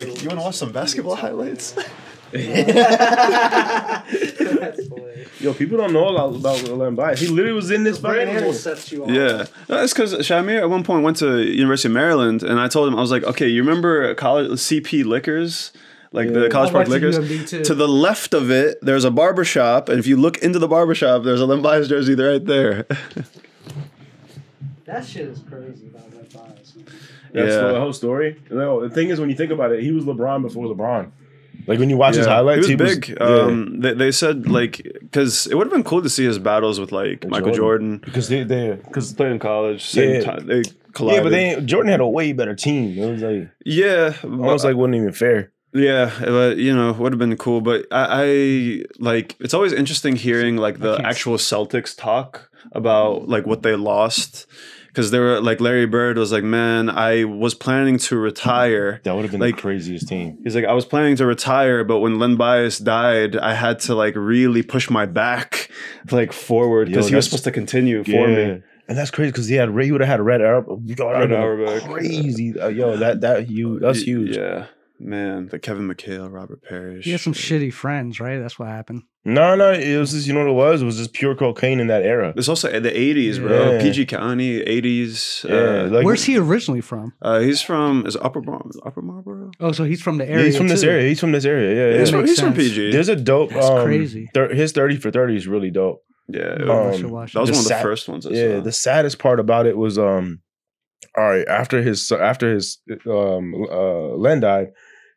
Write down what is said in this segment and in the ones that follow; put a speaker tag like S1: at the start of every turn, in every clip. S1: you want to watch some basketball highlights?
S2: That's hilarious.
S3: Yo, people don't know a lot about Lil Bias. He literally was in this
S2: Brand
S3: fucking.
S2: Hill sets you off.
S1: Yeah, no, that's because Shamir at one point went to University of Maryland, and I told him I was like, okay, you remember college CP Liquors, like the College
S4: I
S1: Park
S4: went to
S1: Liquors.
S4: UMD too.
S1: To the left of it, there's a barber shop, and if you look into the barber shop, there's a Limbias jersey right there.
S2: That shit is crazy about Red Bias. man.
S3: That's
S1: Yeah.
S3: the whole story. No, the thing is, when you think about it, he was LeBron before LeBron. Like when you watch his
S1: Yeah.
S3: highlights,
S1: He was big.
S3: yeah.
S1: um, they, they said like because it would have been cool to see his battles with like Michael Jordan
S3: because they they
S1: because they played in college. Same
S3: Yeah.
S1: time they collided.
S3: yeah, but they Jordan had a way better team. It was like
S1: yeah,
S3: almost like wasn't even fair.
S1: Yeah, but you know, would have been cool. But I, I like it's always interesting hearing like the
S4: can't
S1: actual Celtics talk about like what they lost because they were like Larry Bird was like, man, I was planning to retire.
S3: That would have been
S1: Like-
S3: the craziest team.
S1: He's like, I was planning to retire, but when Len Bias died, I had to like really push my back like forward
S3: Yo,
S1: because he was
S3: that's-
S1: supposed to continue for me.
S3: And that's crazy because he had Ray. He would have had Red Arrow.
S1: Red Auerbach.
S3: Crazy, Uh, yo. That that huge. That's
S1: Y-
S3: huge.
S1: Yeah, man. The Kevin McHale, Robert Parrish.
S4: He had some shitty friends, right? That's what happened.
S3: No, no. It was just you know what it was. It was just pure cocaine in that era.
S1: It's also the 80s, bro.
S3: Yeah.
S1: PG County, 80s.
S3: Yeah,
S1: uh,
S3: like,
S4: Where's he originally from?
S1: Uh, he's from is it Upper Mar- Upper Marlboro.
S4: Oh, so he's from the
S3: Yeah,
S4: area.
S3: he's from this
S4: too.
S3: area. He's from this area. Yeah, yeah.
S1: he's from,
S4: makes
S1: he's from
S4: sense.
S1: PG.
S3: There's a dope.
S4: That's
S3: um,
S4: crazy.
S3: thir- his thirty for thirty is really dope.
S1: yeah,
S4: Oh, I
S3: Um,
S4: should watch
S1: that was
S4: it.
S1: one of the
S3: sat-
S1: first ones. I
S3: Yeah.
S1: saw.
S3: The saddest part about it was, um, all right, after his after his um uh Len died,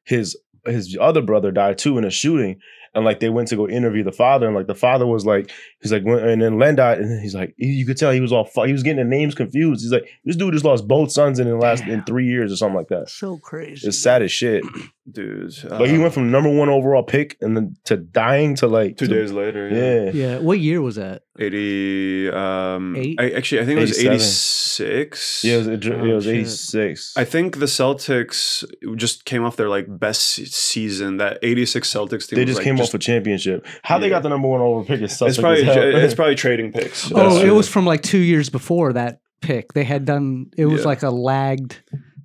S3: his his other brother died too in a shooting, and like they went to go interview the father, and like the father was like, he's like, when- and then Len died, and then he's like, you could tell he was all fu- he was getting the names confused. He's like, this dude just lost both sons in the last in
S4: Damn.
S3: three years or something like that.
S4: so crazy.
S3: It's sad as shit.
S1: dude.
S3: Like he
S1: um,
S3: went from number one overall pick and then to dying to like
S1: two
S3: to-
S1: days later. Yeah,
S3: Yeah.
S4: Yeah. What year was that?
S1: eighty. Um,
S4: Eight?
S1: I, actually, I think it was
S3: 87.
S1: eighty six.
S3: Yeah, it was, it, dr- it
S4: Oh,
S3: was
S4: shit.
S3: 86.
S1: I think the Celtics just came off their like best se- season. That eighty six Celtics team.
S3: they
S1: was,
S3: just
S1: like,
S3: came off a championship. How they
S1: Yeah.
S3: got the number one overall pick is suspect.
S1: It's probably
S3: as hell.
S1: it's probably trading picks.
S3: That's
S4: oh, it
S3: true.
S4: was from like two years before that pick. They had done. It was
S1: Yeah.
S4: like a lagged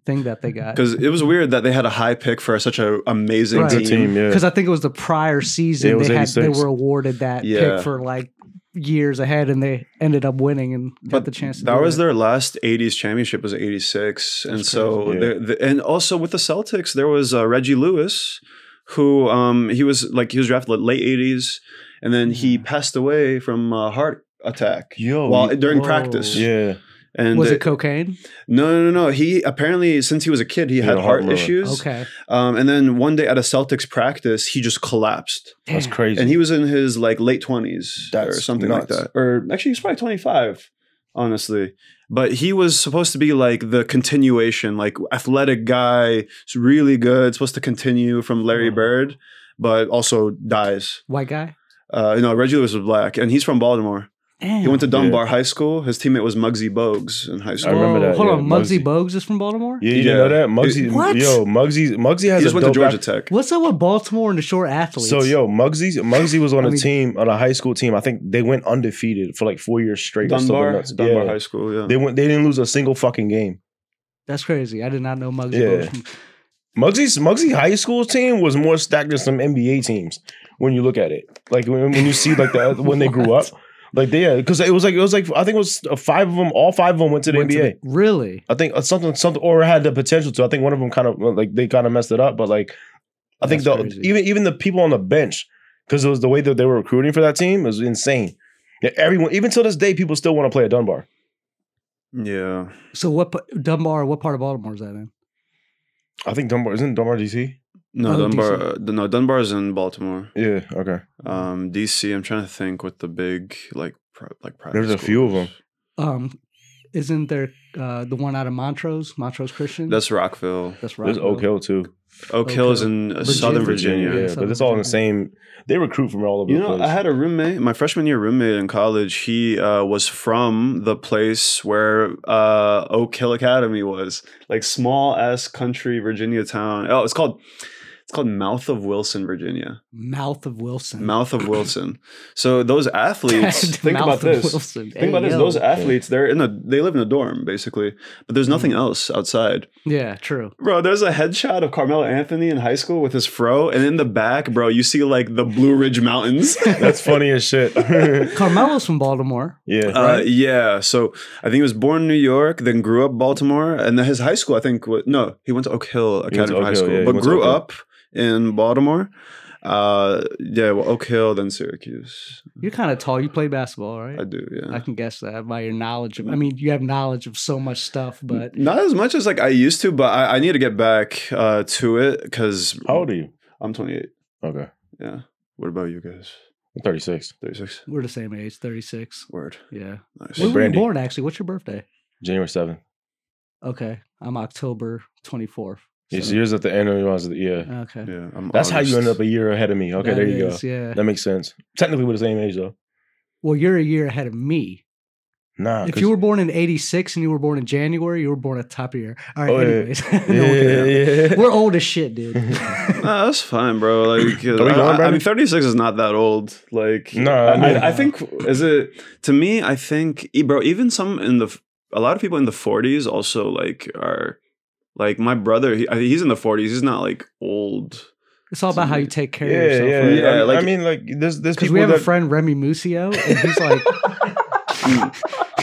S4: thing that they got.
S1: because it was weird that they had a high pick for such an amazing
S4: Right.
S3: good
S1: team.
S3: team. Yeah,
S4: Because I think it was the prior season
S3: Yeah, it was
S4: they had. They
S3: 86.
S4: were awarded that
S1: Yeah.
S4: pick for like years ahead, and they ended up winning and got
S1: But
S4: the chance. To
S1: that
S4: do
S1: was
S4: it.
S1: their last 80s championship was 86 and
S4: That's
S1: so
S3: crazy.
S1: there- the, and also with the celtics there was uh, reggie lewis who um he was like he was drafted like, late 80s and then he passed away from uh, heart attack
S3: Yo,
S1: while
S3: you-
S1: during
S4: Oh, Whoa.
S1: practice
S3: yeah.
S1: and
S4: was
S1: it-
S4: it cocaine?
S1: no no no no he apparently since he was a kid he,
S3: He
S1: had,
S3: had a heart
S1: heart
S3: murmur.
S1: issues
S4: Okay.
S1: um and then one day at a celtics practice he just collapsed
S3: That's
S4: Damn.
S3: crazy.
S1: and he was in his like late twenties or
S3: That's
S1: something
S3: nuts.
S1: like that, or actually he's probably twenty five, honestly. But he was supposed to be like the continuation, like athletic guy, s- really good, supposed to continue from Larry
S3: Mhm.
S1: Bird, but also dies.
S4: White guy.
S1: Uh, you know, Reggie Lewis was black, and he's from Baltimore. He went to
S3: Damn.
S1: Dunbar High School. His teammate was Muggsy Bogues in high
S3: I
S1: school.
S3: remember
S4: Whoa,
S3: that,
S4: Hold
S3: yeah,
S4: on, Muggsy
S3: Muggsy.
S4: Bogues is from Baltimore.
S3: yeah, you
S1: Yeah.
S3: didn't know that Muggsy.
S4: What?
S3: Yo, Muggsy. Muggsy
S1: He
S3: has
S1: just
S3: a
S1: went to
S3: dope
S1: Georgia
S3: doc-
S1: Tech.
S4: What's up with Baltimore and the short athletes?
S3: So yo, Muggsy. Muggsy was on
S4: I
S3: a
S4: mean-
S3: team on a high school team. I think they went undefeated for like four years straight. or something
S1: Dunbar,
S3: nuts.
S1: Dunbar
S3: Yeah.
S1: High School. Yeah,
S3: They went. They didn't lose a single fucking game.
S4: that's crazy. I did not know Muggsy
S3: Yeah.
S4: Bogues. From,
S3: Muggsy's Muggsy high school team was more stacked than some NBA teams when you look at it. Like when, when you see like the when they grew up, like they yeah, because it was like it was like I think it was uh, five of them. All five of them went to the
S4: went to
S3: NBA.
S4: the- really?
S3: I think uh, something something or had the potential to. I think one of them kind of like they kind of messed it up, but like I think
S4: That's
S3: the
S4: crazy.
S3: even even the people on the bench because it was the way that they were recruiting for that team was insane. Yeah, everyone even till this day, people still want to play at Dunbar.
S1: yeah.
S4: So what? p- Dunbar? What part of Baltimore is that in?
S3: I think Dunbar isn't Dunbar DC.
S1: No,
S4: Oh,
S1: Dunbar.
S4: DC.
S1: Uh, no, Dunbar's in Baltimore.
S3: Yeah, okay.
S1: Um, DC. I'm trying to think what the big like pri- like private.
S3: There's a few of
S1: schools.
S4: Um, isn't there uh, the one out of Montrose? Montrose Christian.
S1: That's Rockville.
S4: that's right.
S3: There's Oak Hill too.
S1: Oak Hill is in uh, Southern Virginia.
S3: Yeah, but it's all in the same. They recruit from all over
S1: You
S3: the
S1: know,
S3: place.
S1: I had a roommate, my freshman year roommate in college. He uh, was from the place where uh, Oak Hill Academy was, like small ass country Virginia town. Oh, it's called it's called Mouth of Wilson, Virginia.
S4: Mouth of Wilson.
S1: Mouth of Wilson. So those athletes, think
S4: Mouth
S1: about
S4: of
S1: this.
S4: Wilson.
S1: Think about
S4: Hey,
S1: this.
S4: yo. Hmm.
S1: Those athletes, they're in a, they live in a dorm basically, but there's nothing else outside.
S4: Yeah, true.
S1: Bro, there's a headshot of Carmelo Anthony in high school with his fro, and in the back, bro, you see like the Blue Ridge Mountains.
S3: That's funny as shit. yeah.
S4: Carmelo's from Baltimore.
S1: Uh, yeah, so I think he was born in New York, then grew up Baltimore, and then his high school, I think, wa- no, he went to Oak Hill
S3: to
S1: Academy
S3: Oak
S1: High
S3: Hill,
S1: School,
S3: yeah, he
S1: but
S3: went to
S1: grew
S3: Oak Hill.
S1: up in Baltimore. Uh, yeah, well, Oak Hill, then Syracuse.
S4: You're kind of tall. You play basketball, right?
S1: I do, yeah.
S4: I can guess that by your knowledge of. I mean, you have knowledge of so much stuff,
S3: Mm.
S4: but
S1: Not as much as like I used to, but I, I need to get back uh, to it because
S3: How old are you?
S1: I'm 28.
S3: Okay.
S1: Yeah. What about you guys?
S3: I'm 36.
S1: 36.
S4: we're the same age, 36.
S1: Word.
S4: Yeah.
S1: Nice.
S3: Hey,
S4: When were you
S3: Brandy.
S4: born, actually? What's your birthday?
S3: January 7th.
S4: Okay. I'm October 24th.
S3: It's
S4: so-
S3: years at the end of yours at the yeah.
S4: Okay.
S1: Yeah. I'm
S3: That's how you
S1: August.
S3: end up a year ahead of me. Okay,
S4: That
S3: there you
S4: is,
S3: go.
S4: Yeah.
S3: That makes sense. Technically, we're the same age though.
S4: Well, you're a year ahead of me.
S3: Nah. Ah,
S4: if
S3: 'cause-
S4: you were born in 86 and you were born in January, you were born at top of year. All right.
S3: Oh, yeah.
S4: anyways.
S3: yeah,
S4: No, we're kidding.
S3: yeah, yeah.
S4: We're old as shit, dude.
S1: Nah, that's fine, bro. Like,
S3: Are we
S1: I-
S3: going,
S1: I, I
S3: Brandon?
S1: mean, 36 is not that old. Like,
S3: No,
S1: I,
S3: I mean,
S1: I, I think is it to me. I think, e- bro. Even some in the a lot of people in the 40s also like are like my brother. He, I- he's in the 40s. He's not like old.
S4: It's all about how you take care of yourself.
S3: yeah,
S4: right?
S3: yeah.
S1: Yeah,
S3: I mean,
S1: like-
S3: I mean, like there's there's
S4: Because
S3: people
S4: we have
S3: that
S4: a friend Remy Musio, and he's like,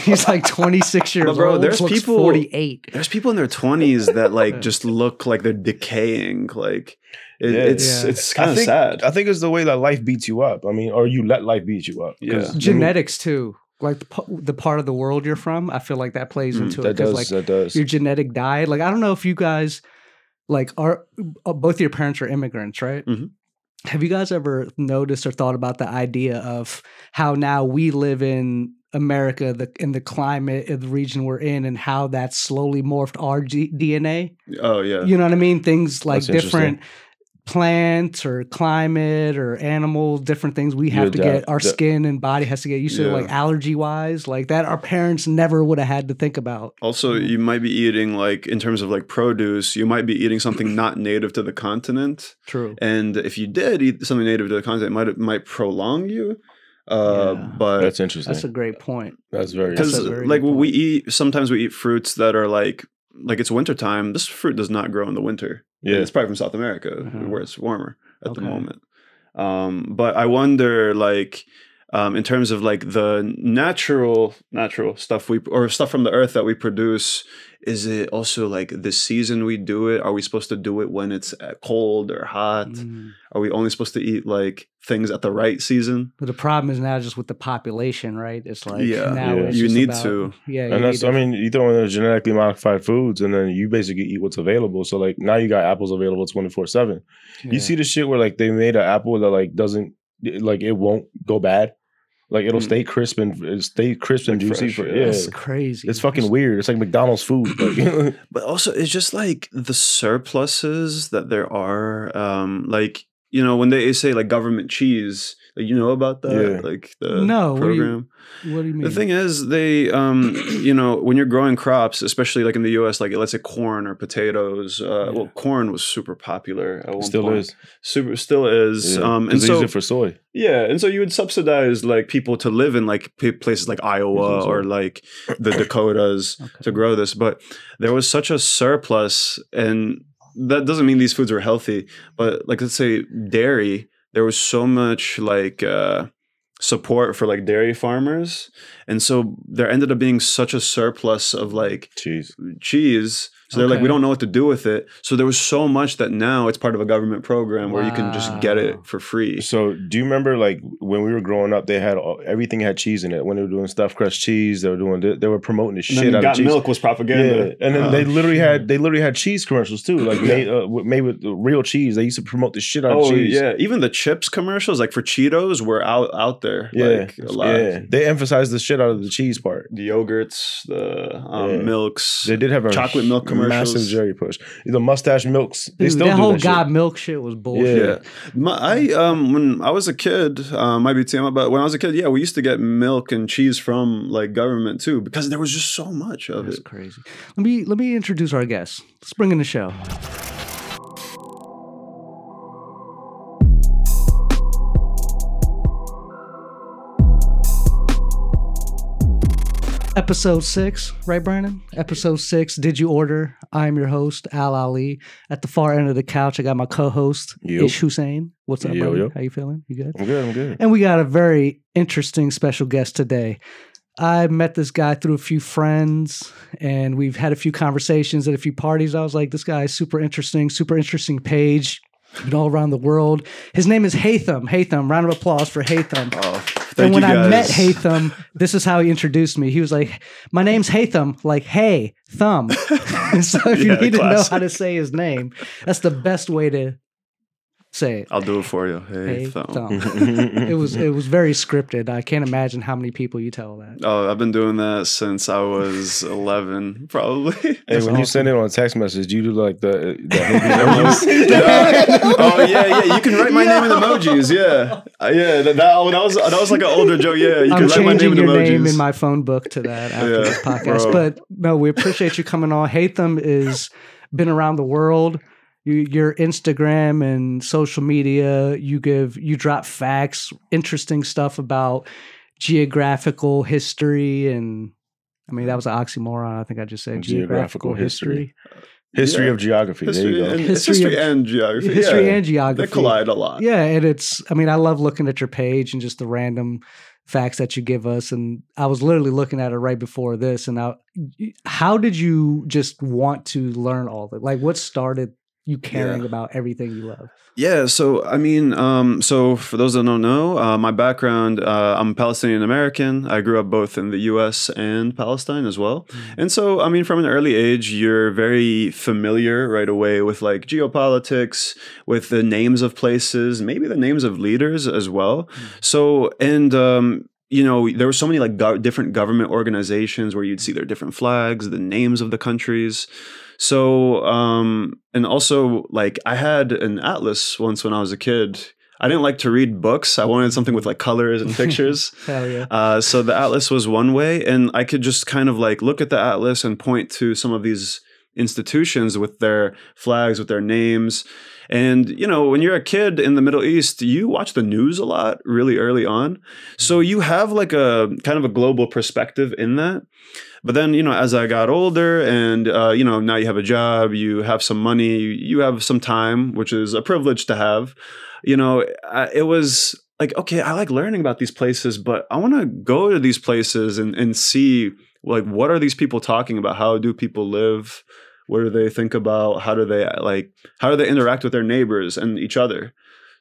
S4: he's like 26 years
S1: But bro,
S4: old.
S1: there's
S4: looks
S1: people-
S4: 48.
S1: There's people in their 20s that
S4: Yeah.
S1: like just look like they're decaying. Like, it,
S3: Yeah.
S1: it's
S4: Yeah.
S1: it's
S3: I
S1: kind of
S3: think-
S1: sad.
S3: I think it's the way that life beats you up. I mean, or you let life beat you up. 'Cause,
S1: Yeah.
S3: I mean,
S4: Genetics too, like the, p- the part of the world you're from. I feel like that plays
S1: Mm,
S4: into it
S3: that
S4: because
S3: does. uh, that
S4: like
S3: does.
S4: your genetic diet. Like I don't know if you guys, like, are uh, both of your parents are immigrants, right?
S3: Mm-hmm.
S1: Mhm.
S4: Have you guys ever noticed or thought about the idea of how now we live in America, the in the climate of the region we're in, and how that's slowly morphed our G- DNA?
S1: oh yeah.
S4: you know what I mean? Things like
S3: That's interesting.
S4: different plants or climate or animal, different things we have
S3: You
S4: to
S3: adapt-
S4: get our
S3: the-
S4: skin and body has to get used to,
S1: Yeah.
S4: like allergy wise, like that our parents never would have had to think about.
S1: Also, you might be eating like in terms of like produce, you might be eating something not native to the continent,
S4: True.
S1: and if you did eat something native to the continent, it might it might prolong you. Uh,
S4: Yeah.
S1: But
S3: that's interesting.
S4: That's
S3: That's,
S4: a great point.
S3: very.
S1: because
S4: a very
S1: like
S4: good
S1: we
S4: point.
S1: eat, sometimes we eat fruits that are like like it's wintertime. This fruit does not grow in the winter.
S3: Yeah.
S1: it's probably from South America
S4: Uh-huh.
S1: where it's warmer at the
S4: Okay.
S1: moment. Um, but I wonder like. Um, in terms of like the natural natural stuff we or stuff from the earth that we produce is it also like the season we do it are we supposed to do it when it's uh, cold or hot
S4: Mm.
S1: are we only supposed to eat like things at the right season
S4: But the problem is now just with the population, right? It's like
S1: Yeah.
S4: now
S3: Yeah.
S4: it's
S1: you
S4: just
S1: need
S4: about-
S1: to
S4: Yeah, you
S3: And
S4: need
S3: that's, I
S4: to.
S3: mean, you throw in those genetically modified foods, and then you basically eat what's available. So like now you got apples available twenty four seven.
S4: Yeah.
S3: You see the shit where like they made an apple that like doesn't like it won't go bad, like it'll
S1: Mm.
S3: stay crisp and it'll stay crisp and
S1: Like
S3: juicy
S1: fresh,
S3: for
S1: yeah.
S3: yeah.
S4: that's crazy.
S3: It's fucking weird. It's like McDonald's food. Like,
S1: but also it's just like the surpluses that there are um like you know when they say like government cheese like you know about that
S3: Yeah.
S1: like the
S4: No, what do you
S1: program
S4: What do you mean?
S1: the thing is they um you know when you're growing crops especially like in the us like let's say corn or potatoes uh well corn was super popular at one
S3: still
S1: point.
S3: is.
S1: super still is
S3: Yeah.
S1: um
S3: 'Cause
S1: and
S3: they
S1: so
S3: use it for soy.
S1: Yeah, and so you would subsidize like people to live in like p- places like Iowa
S3: also-
S1: or like the Dakotas
S4: Okay.
S1: to grow this, but there was such a surplus, and that doesn't mean these foods were healthy. But like let's say dairy, there was so much like uh, support for like dairy farmers, and so there ended up being such a surplus of like
S3: Cheese.
S1: cheese. So they're like,
S4: Okay.
S1: we don't know what to do with it. So there was so much that now it's part of a government program where you can just get
S4: Wow.
S1: it for free.
S3: So, do you remember like when we were growing up? They had all, everything had cheese in it. When they were doing stuffed crust cheese, they were doing they, they were promoting the
S1: And
S3: shit out of cheese.
S1: was
S3: Yeah, and then
S1: Uh,
S3: they literally had they literally had cheese commercials too, like made, uh, with- made with real cheese. They used to promote the shit out of
S1: Oh
S3: cheese.
S1: yeah, even the chips commercials, like for Cheetos, were out out there.
S3: yeah,
S1: like, a lot.
S3: yeah. They emphasized the shit out of the cheese part.
S1: The yogurts, the um,
S3: Yeah.
S1: milks.
S3: They did have a
S1: Chocolate milk
S3: massive
S1: commercials.
S3: Jerry push. The mustache milks. They
S4: Dude,
S3: still
S4: Mm, that
S3: do
S4: whole
S3: that shit.
S4: God milk shit was bullshit.
S1: yeah, my, I um when I was a kid, uh, might be TM, but when I was a kid, yeah, we used to get milk and cheese from like government too because there was just so much of
S4: That's
S1: it.
S4: crazy. Let me let me introduce our guest. Let's bring in the show. Episode six, right, Brandon? Episode six. Did you order? I am your host, Al Ali. At the far end of the couch, I got my co-host
S3: Yep.
S4: Ish Hussein. What's up,
S3: Yo,
S4: buddy?
S3: yo.
S4: How you feeling? You good?
S3: I'm good. I'm good.
S4: And we got a very interesting special guest today. I met this guy through a few friends, and we've had a few conversations at a few parties. I was like, this guy is super interesting, super interesting page. He's been all around the world. His name is Haytham. Haytham, round of applause for Haytham.
S1: Oh, thank
S4: and when
S1: you guys.
S4: I met Haytham, this is how he introduced me. He was like, "My name's Haytham." Like, "Hey, thumb." so if you
S1: Yeah,
S4: need to know
S1: classic.
S4: how to say his name, that's the best way to say it.
S1: I'll do it for you. Hey, thumb.
S4: It was it was very scripted. I can't imagine how many people you tell that.
S1: Oh, I've been doing that since I was 11, probably.
S3: Hey, when you send it on a text message, do you do like the, uh, the emojis?
S1: oh yeah, yeah. You can write my name in emojis. Yeah, Uh, yeah. That, that, that was that was like an older joke. Yeah, you can
S4: I'm
S1: write my name
S4: changing
S1: in
S4: your
S1: emojis.
S4: name in my phone book to that after
S1: Yeah,
S4: this podcast.
S1: bro.
S4: But no, we appreciate you coming on. Haytham is been around the world. You, your Instagram and social media, you give you drop facts, interesting stuff about geographical history and I mean that was an oxymoron. I think I just said geographical,
S3: Geographical
S4: history.
S3: history. History of geography.
S1: history
S3: there you
S1: and
S3: go.
S1: it's
S4: History
S1: history
S4: of-
S1: and geography.
S4: History
S1: yeah.
S4: and geography.
S1: they collide a lot.
S4: Yeah, and it's I mean, I love looking at your page and just the random facts that you give us and I was literally looking at it right before this and I, how did you just want to learn all that? Like what started you caring
S1: Yeah.
S4: about everything you love?
S1: Yeah, so I mean, um, so for those that don't know, uh, my background, uh, I'm Palestinian American. I grew up both in the U.S. and Palestine as well, and so I mean, from an early age, you're very familiar right away with like geopolitics, with the names of places, maybe the names of leaders as well. So and. Um, you know, there were so many like go- different government organizations where you'd see their different flags, the names of the countries. So, um, and also like I had an atlas once when I was a kid. I didn't like to read books. I wanted something with like colors and pictures.
S4: Hell yeah.
S1: Uh, so the atlas was one way, and I could just kind of like look at the atlas and point to some of these institutions with their flags, with their names. And you know, when you're a kid in the Middle East, you watch the news a lot really early on. So you have like a kind of a global perspective in that. But then, you know, as I got older and, uh, you know, now you have a job, you have some money, you have some time, which is a privilege to have, you know, I, it was like, okay, I like learning about these places, but I want to go to these places and, and see, like, what are these people talking about? How do people live? What do they think about? How do they, like, how do they interact with their neighbors and each other?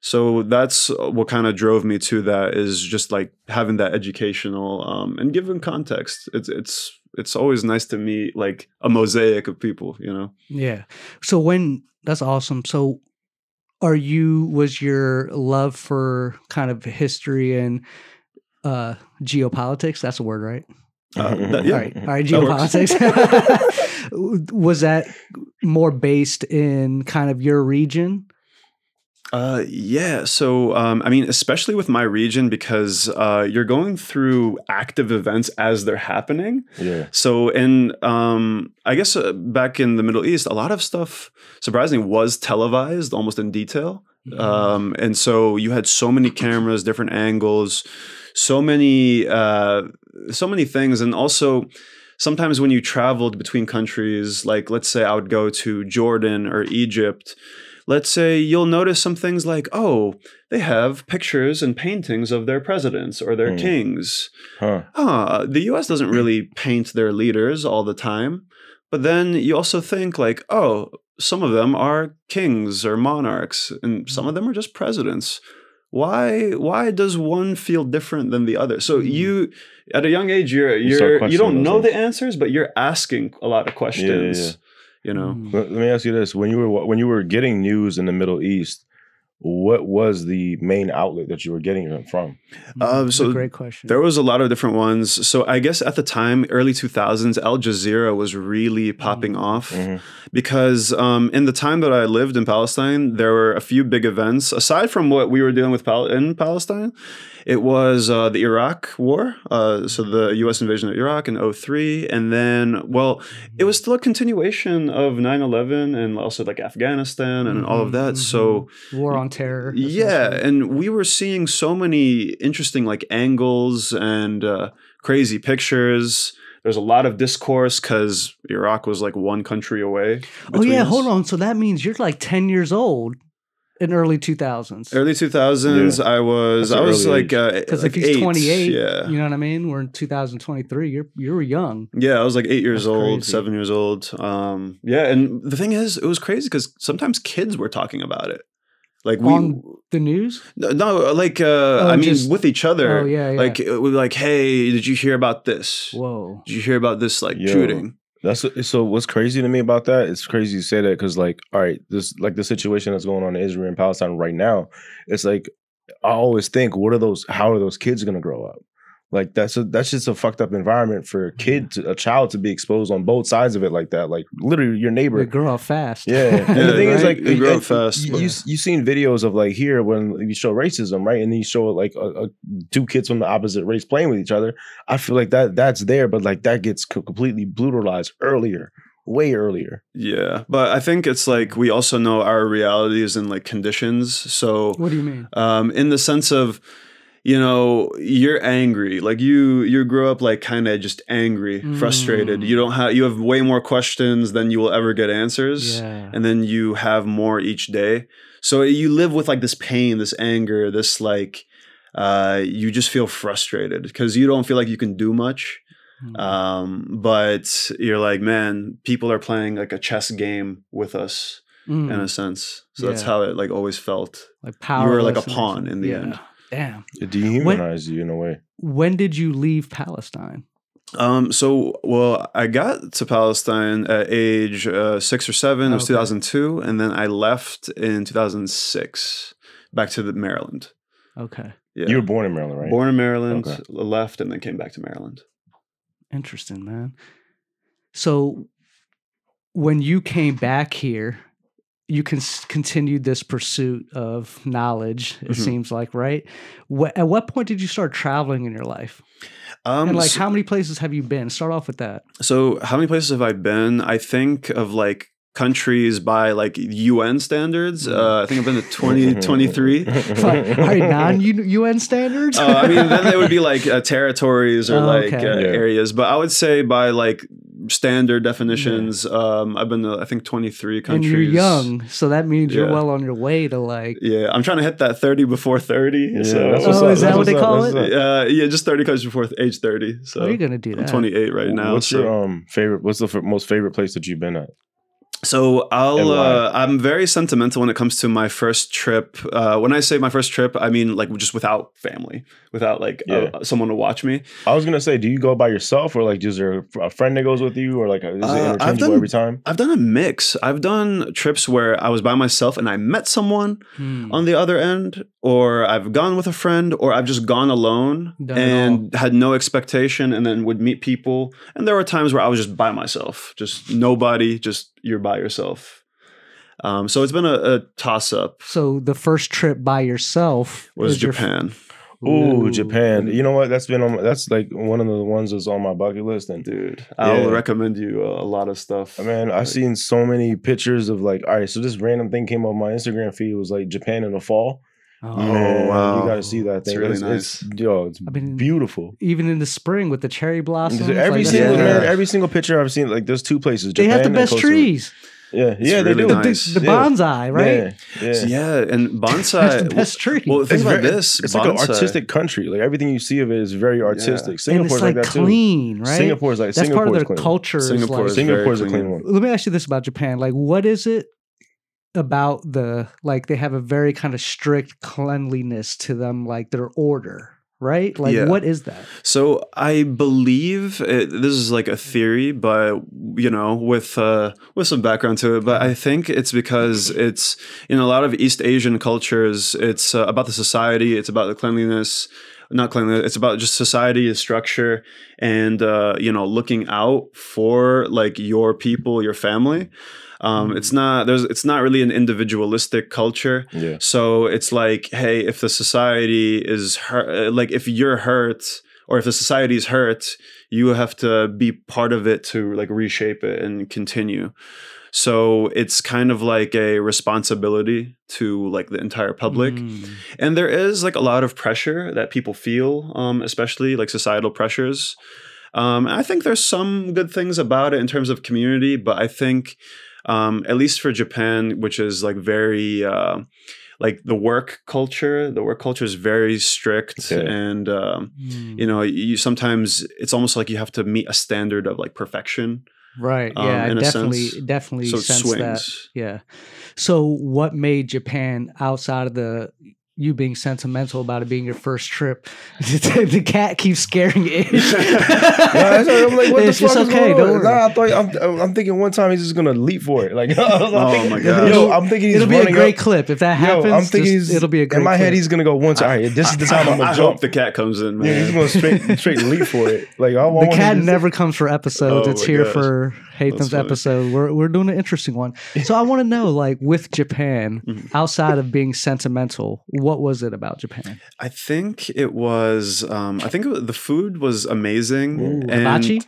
S1: So that's what kind of drove me to that is just like having that educational um, and giving context. It's it's it's always nice to meet like a mosaic of people, you know.
S4: Yeah. So when that's awesome. So are you was your love for kind of history and uh geopolitics? That's a word, right?
S1: Uh, that- yeah.
S4: All right. All right.
S1: That works.
S4: Geopolitics. was that more based in kind of your region?
S1: Uh, yeah. So, um, I mean, especially with my region, because uh, you're going through active events as they're happening.
S3: Yeah.
S1: So, and um, I guess uh, back in the Middle East, a lot of stuff, surprisingly, was televised almost in detail.
S4: Mm-hmm.
S1: Um, and so you had so many cameras, different angles, so many, uh, so many things, and also sometimes when you traveled between countries, like let's say I would go to Jordan or Egypt. Let's say you'll notice some things like, oh, they have pictures and paintings of their presidents or their
S3: Mm.
S1: kings
S3: Huh.
S1: ah, the US doesn't really paint their leaders all the time. But then you also think, like, oh, some of them are kings or monarchs, and some of them are just presidents. Why why does one feel different than the other? So
S4: Mhm.
S1: you at a young age you're
S3: Hmm. You start
S1: you're you don't
S3: questioning those
S1: know the
S3: things.
S1: answers, but you're asking a lot of questions. You know?
S4: Mm.
S3: Let, let me ask you this: when you were wa- when you were getting news in the Middle East, what was the main outlet that you were getting it from?
S1: Um,
S4: Hmm. That's a
S1: so
S4: great question.
S1: There was a lot of different ones. So I guess at the time, early 2000s, Al Jazeera was
S3: Hmm.
S1: really popping off
S3: Mhm.
S1: because um, in the time that I lived in Palestine, there were a few big events aside from what we were dealing with Pal- in Palestine. It was uh, the Iraq War, uh, so the U.S. invasion of Iraq in 03, and then well, it was still a continuation of 9/11 and also like Afghanistan and all of
S4: Mhm,
S1: that.
S4: mhm.
S1: So.
S4: War on Terror.
S1: Yeah,
S4: essentially.
S1: and we were seeing so many interesting like angles and uh, crazy pictures There's a lot of discourse because Iraq was like one country away.
S4: Oh
S1: between
S4: yeah,
S1: us.
S4: hold on. So that means you're like ten years old in early two thousands.
S1: Early 2000s, I was
S3: That's
S1: I
S3: an
S1: was
S3: early
S1: like
S3: age.
S1: uh,
S4: Because
S1: like
S4: if he's
S1: eight.
S4: 28,
S1: yeah,
S4: you know what I mean. We're in 2023. You're you're young.
S1: Yeah, I was like eight years
S4: That's
S1: old,
S4: crazy.
S1: seven years old. Um, yeah, and the thing is, it was crazy because sometimes kids were talking about it. Like we,
S4: On The news.
S1: no, no, like uh, I mean,
S4: Oh, just-
S1: with each other.
S4: Oh yeah, yeah.
S1: Like it was like, hey, did you hear about this?
S4: whoa.
S1: Did you hear about this like
S3: Yo.
S1: shooting?
S3: That's so. What's crazy to me about that? It's crazy you say that because, like, all right, this like the situation that's going on in Israel and Palestine right now. It's like I always think, what are those? How are those kids going to grow up? Like that's a, that's just a fucked up environment for a kid, to, a child to be exposed on both sides of it like that. Like literally, your neighbor
S4: They grow up fast.
S3: yeah, and the thing is,
S1: right?
S3: like,
S1: They grow
S3: I-
S1: up fast,
S3: You,
S1: but-
S3: you you seen videos of like here when you show racism, right? And then you show like a, a, two kids from the opposite race playing with each other. I feel like that that's there, but like that gets co- completely brutalized earlier, way earlier.
S1: Yeah, but I think it's like we also know our realities and like conditions. So
S4: What do you mean?
S1: um, in the sense of you know you're angry like you you grow up like kind of just angry frustrated
S4: Mm.
S1: you don't have you have way more questions than you will ever get answers
S4: Yeah.
S1: and then you have more each day so you live with like this pain this anger this like uh, you just feel frustrated because you don't feel like you can do much
S4: Mm-hmm.
S1: um, but you're like man people are playing like a chess game with us
S4: Mm,
S1: in a sense so that's
S4: Yeah.
S1: how it like always felt
S4: like
S1: you were like a
S4: powerlessness.
S1: pawn in the end.
S4: Damn.
S3: It dehumanizes you in a way.
S4: When did you leave Palestine?
S1: Um, so well, I got to Palestine at age uh, six or seven. It was
S4: Oh, Okay.
S1: 2002, and then I left in 2006 back to the Maryland.
S4: Okay.
S1: Yeah,
S3: You were born in Maryland, right?
S1: born in Maryland,
S3: Okay.
S1: left, and then came back to Maryland.
S4: Interesting, man. So when you came back here, you can continued this pursuit of knowledge. It
S1: Mhm.
S4: seems like, right? Wh- at what point did you start traveling in your life?
S1: Um,
S4: and like,
S1: so,
S4: how many places have you been? Start off with that.
S1: so how many places have I been? I think of like countries by like UN standards.
S3: Mm-hmm.
S1: Uh, I think I've been to 20, 23.
S4: Fuck, All right, non-UN standards.
S1: Uh, I mean, then they would be like uh, territories or
S4: Oh,
S1: like
S4: okay.
S1: uh,
S3: Yeah.
S1: areas. But I would say by like standard definitions, um, I've been to I think 23
S4: and
S1: countries.
S4: you're young, so that means you're
S1: Yeah.
S4: well on your way to like.
S1: Yeah, I'm trying to hit that 30 before 30.
S3: Yeah,
S1: so
S3: that's what's
S4: Oh,
S3: up,
S4: is that
S3: that's
S4: what they
S3: what's up,
S4: call
S3: that's
S4: it?
S3: what's
S1: Uh,
S3: up.
S1: yeah, just 30 countries before age 30. So
S4: Are you gonna do
S1: I'm
S4: that?
S1: 28 right now.
S3: What's
S1: so.
S3: your um favorite? What's the f- most favorite place that you've been at?
S1: So
S3: And
S1: I'll.
S3: why?
S1: Uh, I'm very sentimental when it comes to my first trip. Uh, when I say my first trip, I mean like just without family, without like uh
S3: Yeah.
S1: someone to watch me.
S3: I was gonna say, do you go by yourself, or like, is there a friend that goes with you, or like, is it
S1: Uh, I've
S3: interchangeable
S1: done-
S3: every time?
S1: I've done a mix. I've done trips where I was by myself and I met someone
S4: Hmm.
S1: on the other end, or I've gone with a friend, or I've just gone alone
S4: Done it
S1: and had no expectation and then would meet people. And there were times where I was just by myself, just nobody, just you're by yourself. Um, so it's been a, a toss up.
S4: So the first trip by yourself
S1: Was
S4: is your-
S1: Japan,
S3: Ooh,
S4: Ooh.
S3: Japan. You know what? That's been on that's like one of the ones that's on my bucket list. And
S1: dude? I'll
S3: Yeah.
S1: recommend you a, a lot of stuff.
S3: man, I've
S1: Like,
S3: seen so many pictures of like, all right, so this random thing came up on my Instagram feed. It was like Japan in the fall.
S1: Oh,
S3: Man,
S1: wow.
S3: You gotta see that
S1: It's
S3: thing.
S1: really
S3: It's it's, yo, it's
S4: I've been-
S3: beautiful.
S4: Even in the spring with the cherry blossoms.
S3: every
S4: like, that's
S3: single
S4: what-
S1: Yeah.
S3: man, every single picture I've seen, like there's two places.
S4: They have the
S3: and
S4: best
S3: Costa Rica.
S4: trees.
S3: Yeah,
S1: It's
S3: yeah, they
S1: really
S3: do.
S1: nice.
S4: The, the
S3: Yeah.
S4: bonsai, right?
S3: Yeah, yeah.
S1: yeah, and
S4: That's the
S1: bonsai.
S4: best tree.
S1: well, think
S3: It's
S1: about
S3: very-
S1: this.
S3: It's like an
S1: bonsai.
S3: artistic country. Like everything you see of it is very artistic.
S4: and
S3: Singapore's
S4: it's like,
S3: like, that
S4: clean,
S3: too.
S4: right?
S3: Singapore's like
S4: That's part of
S3: Singapore's
S4: their
S3: clean.
S4: culture. is
S1: Singapore
S4: like-
S1: is-
S3: Singapore's
S1: very
S3: a clean
S1: clean.
S3: one.
S4: let me ask you this about Japan. Like, what is it about the like they have a very kind of strict cleanliness to them, like their order, right? Like,
S1: Yeah.
S4: what is that?
S1: So I believe it, this is like a theory, but you know, with uh, with some background to it. But I think it's because it's in a lot of East Asian cultures, it's uh, about the society, it's about the cleanliness, not cleanliness. It's about just society, the structure, and uh, you know, looking out for like your people, your family. Um, it's not there's it's not really an individualistic culture.
S3: Yeah.
S1: So it's like, hey, if the society is hurt, uh, like if you're hurt or if the society is hurt, you have to be part of it to like reshape it and continue. So it's kind of like a responsibility to like the entire public.
S4: Mm.
S1: And there is like a lot of pressure that people feel, um, especially like societal pressures. Um, I think there's some good things about it in terms of community, but I think um, at least for Japan, which is like very uh, like the work culture, the work culture is very strict
S3: Okay.
S1: and. Um,
S4: Mm.
S1: you know you sometimes it's almost like you have to meet a standard of like perfection
S4: right.
S1: um,
S4: Yeah. I
S1: in a
S4: definitely,
S1: sense.
S4: definitely
S1: so it
S4: sense
S1: swings
S4: that. Yeah. So, what made Japan outside of the you being sentimental about it being your first trip? the cat keeps scaring it.
S3: Nah, that's what- I'm like, what
S4: It's-
S3: the
S4: it's
S3: fuck is
S4: okay,
S3: going
S4: don't
S3: on?
S4: worry.
S3: Nah, I thought, I'm, I'm thinking one time he's just gonna leap for it. Like, I was
S1: Oh
S3: thinking-
S1: my God.
S3: yo, I'm thinking he's
S4: it'll be a
S3: running
S4: great
S3: up-
S4: clip if that
S3: Yo,
S4: happens.
S3: I'm thinking
S4: just-
S3: he's,
S4: it'll be a great.
S3: In my
S4: clip.
S3: head, he's gonna go once. All right, this is the time
S1: I,
S3: I'm
S1: I hope
S3: gonna jump.
S1: the cat comes in
S3: Yeah,
S1: man
S3: he's gonna straight, straight leap for it. Like, I
S4: the
S3: want
S4: cat
S3: him to-
S4: never comes for episodes.
S1: Oh
S4: it's
S1: my
S4: here
S1: gosh.
S4: for Hatham's
S1: That's funny.
S4: episode. We're we're doing an interesting one. So I want to know, like, with Japan,
S3: Mm-hmm.
S1: Mhm.
S4: outside of being sentimental, what was it about Japan?
S1: i think it was um i think it was, the food was amazing
S3: Ooh.
S1: and
S4: Hibachi? Did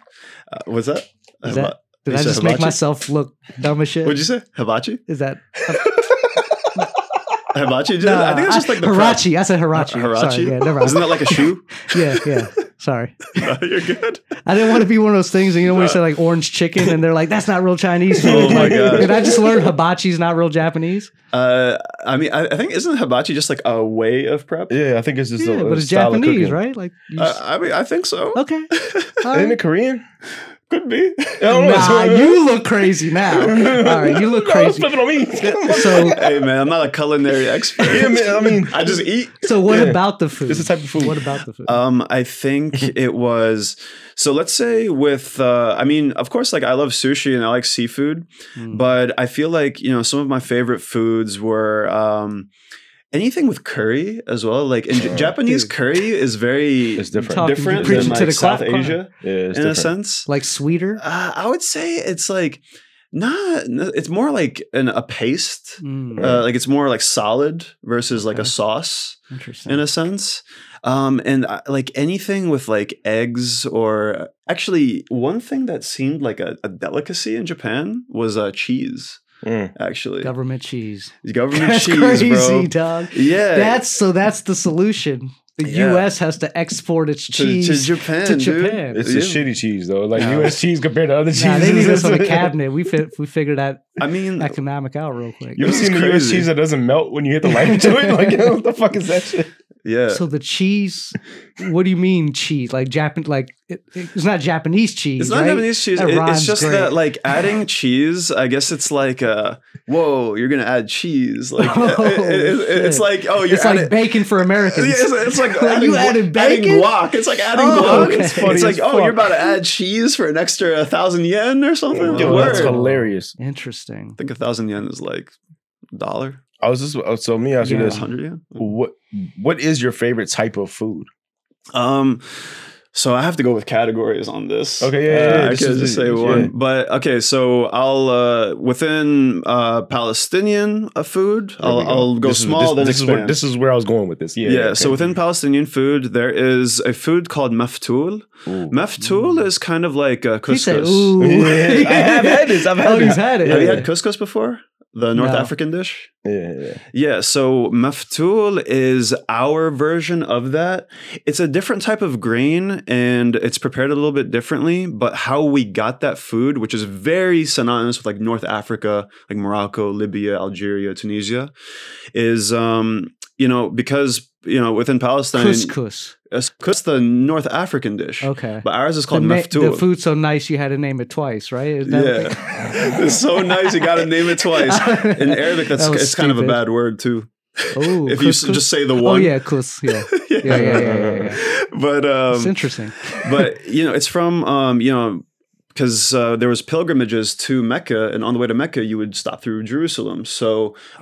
S1: uh, was that,
S4: Is
S1: Hiba-
S4: I
S1: you said
S4: just make
S1: hibachi?
S4: myself look dumb as shit?
S1: what'd you say hibachi
S4: Is that
S1: hibachi
S4: no?
S1: i think it's just like the prep.
S4: uh, Hirachi. I said Hirachi.
S1: Hi- Hirachi?
S4: Sorry, yeah, never mind.
S1: Isn't that like a shoe?
S4: yeah, yeah. Sorry,
S1: No, You're good.
S4: I didn't want to be one of those things. And you know when you
S1: No.
S4: say like orange chicken, and they're like, "That's not real Chinese food."
S1: Oh my
S4: Like,
S1: gosh.
S4: Did I just learn hibachi's not real Japanese?
S1: Uh, I mean, I, I think isn't hibachi just like a way of prep?
S3: Yeah, I think it's just
S4: Yeah,
S3: a, a
S4: but it's
S3: style of
S4: Japanese,
S3: cooking.
S4: right? Like, you
S1: Uh,
S4: just-
S1: I mean, I think so.
S4: okay. All
S3: Isn't
S4: right.
S3: it Korean?
S1: Could be.
S3: I don't know.
S4: Nah, you look crazy now. All right, you look
S3: No,
S4: crazy.
S3: Flip it on me.
S4: So,
S1: hey man, I'm not a culinary expert.
S3: Yeah, man, I mean-
S1: I just eat.
S4: so what
S3: Yeah.
S4: about the food?
S3: It's the type of food.
S4: What about the food?
S1: Um, I think it was. So let's say with, uh, I mean, of course, like I love sushi and I like seafood,
S3: Hmm.
S4: Mm.
S1: but I feel like you know some of my favorite foods were um, anything with curry as well. Like in J-
S3: Uh,
S1: Japanese
S4: dude.
S1: curry is very
S3: It's different.
S4: Talking-
S1: different
S4: preaching
S1: than like
S4: to the
S1: South
S4: choir.
S1: Asia
S3: Yeah, it's
S1: in a
S3: different.
S1: sense.
S4: like sweeter?
S1: Uh, I would say it's like not. It's more like an a paste.
S4: Mm,
S1: Uh, like it's more like solid versus like a
S3: Uh-huh.
S4: Okay.
S1: sauce
S4: interesting.
S1: in a sense. Um, and uh, like anything with like eggs or actually one thing that seemed like a, a delicacy in Japan was uh, cheese.
S3: Mm.
S1: Actually,
S4: Government cheese.
S1: government
S4: That's
S1: cheese,
S4: crazy,
S1: bro.
S4: dog.
S1: Yeah,
S4: That's so. That's the solution. The
S1: Yeah.
S4: U.S. has to export its
S1: to, to
S4: cheese to,
S1: Japan, dude.
S4: Japan.
S3: It's a
S1: Yeah.
S3: shitty cheese though. Like
S4: No.
S3: U.S. cheese compared to other cheeses.
S4: Nah, they need
S3: is-
S4: us on the cabinet. We fi- we figured that
S1: I mean,
S4: economic out real quick.
S3: You ever
S1: This is
S3: seen the U.S.
S1: crazy.
S3: cheese that doesn't melt when you hit the light into it? Like, yo, what the fuck is that shit?
S1: yeah.
S4: So the cheese. What do you mean cheese? Like Japan? Like it, it's not Japanese cheese.
S1: it's not
S4: right?
S1: Japanese cheese.
S4: That
S1: It- it's
S4: rhymes
S1: just
S4: great.
S1: that, like, adding cheese. I guess it's like, uh, whoa, you're gonna add cheese. Like, it- it- it-
S4: Oh,
S1: it's
S4: shit.
S1: like, oh, you're
S4: it's
S1: adding,
S4: like bacon for Americans.
S1: Yeah, it's, it's like adding,
S4: you
S1: gua-
S4: added
S1: adding
S4: bacon.
S1: guac. It's like adding
S4: Oh,
S1: guac.
S4: okay.
S1: It's,
S3: Funny
S1: like,
S3: as
S1: oh,
S3: fuck.
S1: you're about to add cheese for an extra thousand yen or something.
S4: Yo,
S1: Like,
S3: Yo, that's
S1: word. I
S3: hilarious.
S4: Interesting.
S1: think a thousand yen is like a dollar,
S3: I was just uh, so let me ask you
S4: Yeah.
S1: a
S3: this:
S1: hundred yen.
S3: what what is your favorite type of food?
S1: Um, so I have to go with categories on this.
S3: Okay, yeah, yeah, yeah,
S1: Uh, I
S3: this
S1: can
S3: is
S1: just
S3: it,
S1: say
S3: yeah.
S1: one, but okay. So I'll uh, within uh, Palestinian uh, food, I'll,
S3: There we
S1: I'll go
S3: This is-
S1: small.
S3: This,
S1: then
S3: this is
S1: expand.
S3: where this is where I was going with this. Yeah.
S1: yeah, so within Palestinian food, there is a food called maftoul.
S3: Ooh.
S1: Maftoul is kind of like uh,
S4: He said,
S1: couscous.
S4: "Ooh."
S3: Yeah, I have had this, I've had
S4: oh, he's
S3: that.
S4: had it.
S1: Have you had couscous before? The North
S4: No.
S1: African dish?
S3: yeah, yeah.
S1: Yeah, so maftoul is our version of that. It's a different type of grain and it's prepared a little bit differently, but how we got that food, which is very synonymous with like North Africa, like Morocco, Libya, Algeria, Tunisia, is um, you know, because you know, within Palestine,
S4: couscous.
S1: couscous the North African dish.
S4: Okay.
S1: But ours is
S4: The,
S1: called
S4: na-
S1: maftoul.
S4: the food's so nice you had to name it twice, right? Is that what
S1: yeah. it's so nice you got to name it twice.
S4: they-
S1: In Arabic, that's
S4: That was
S1: it's kind of a
S4: stupid.
S1: bad word too.
S4: Oh,
S1: if you s-
S4: couscous?
S1: just say the
S4: Oh
S1: one,
S4: yeah, cous. Yeah, yeah, yeah, yeah. yeah, yeah.
S1: But
S4: it's
S1: um,
S4: interesting.
S1: but you know, it's from um, you know, because uh, there was pilgrimages to Mecca, and on the way to Mecca, you would stop through Jerusalem. So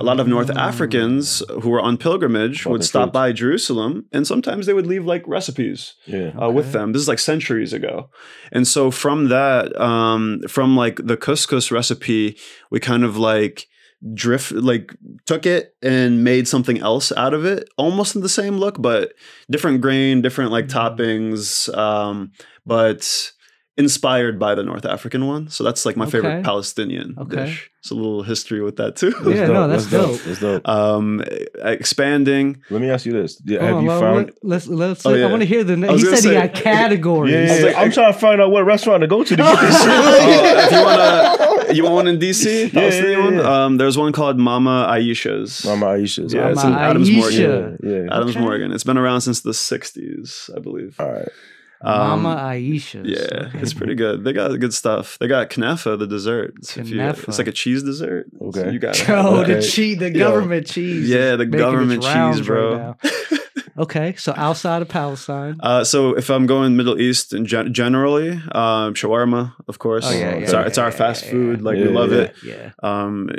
S1: a lot of North
S4: Mm.
S1: Africans who were on pilgrimage
S3: Well,
S1: would
S3: the
S1: stop
S3: foods.
S1: by Jerusalem, and sometimes they would leave like recipes
S3: Yeah.
S1: uh, with
S4: Okay.
S1: them. This is like centuries ago, and so from that, um, from like the couscous recipe, we kind of like drift, like took it and made something else out of it, almost in the same
S4: Mm-hmm.
S1: look, but different grain, different like
S4: Mm.
S1: toppings. Um, but inspired by the North African one. So that's like my favorite
S4: Okay.
S1: Palestinian
S4: Okay.
S1: dish. It's a little history with that too.
S4: Yeah, no, that's dope.
S3: That's dope.
S1: Um, expanding.
S3: Let me ask you this: Yeah,
S4: Hold
S3: Have
S4: on,
S3: you
S4: well,
S3: found?
S4: let- Let's let's.
S1: Oh, yeah.
S4: I want to hear the.
S1: I
S4: name. He
S1: was
S4: said
S1: gonna
S4: he
S1: say-
S4: had categories.
S3: Yeah, yeah,
S1: It's
S3: yeah.
S1: like-
S3: I'm trying to find out what restaurant to go to to get this
S1: Oh, if you wanna,
S3: shit.
S1: you want one in DC?
S3: Yeah, yeah,
S1: Palestinian one?
S3: yeah, yeah.
S1: Um, there's one called Mama Aisha's.
S3: Mama Aisha's.
S1: Yeah, it's
S4: Mama
S1: in Adams Morgan.
S4: Aisha.
S3: yeah. yeah.
S1: Adams
S4: Okay.
S1: Morgan. It's been around since the '60s, I believe.
S3: All right.
S1: Um,
S4: Mama Aisha.
S1: Yeah, it's pretty good. They got good stuff. They got knafa, the dessert. It's- if you-
S4: Knafa.
S1: it's like a cheese dessert. So
S3: Okay.
S1: you got
S4: Yo,
S3: Okay.
S4: the cheese, the government cheese. is
S1: Yeah, the
S4: making its
S1: government
S4: rounds
S1: cheese,
S4: right
S1: bro.
S4: now. okay, so outside of Palestine,
S1: Uh, so if I'm going Middle East and gen- generally, um, shawarma, of course.
S4: Oh, yeah,
S1: it's
S3: yeah,
S1: our, it's
S4: yeah,
S1: our
S4: yeah,
S1: fast
S4: yeah,
S1: food.
S4: yeah.
S1: Like
S3: Yeah,
S1: we love
S3: yeah.
S1: it.
S4: yeah,
S1: Um,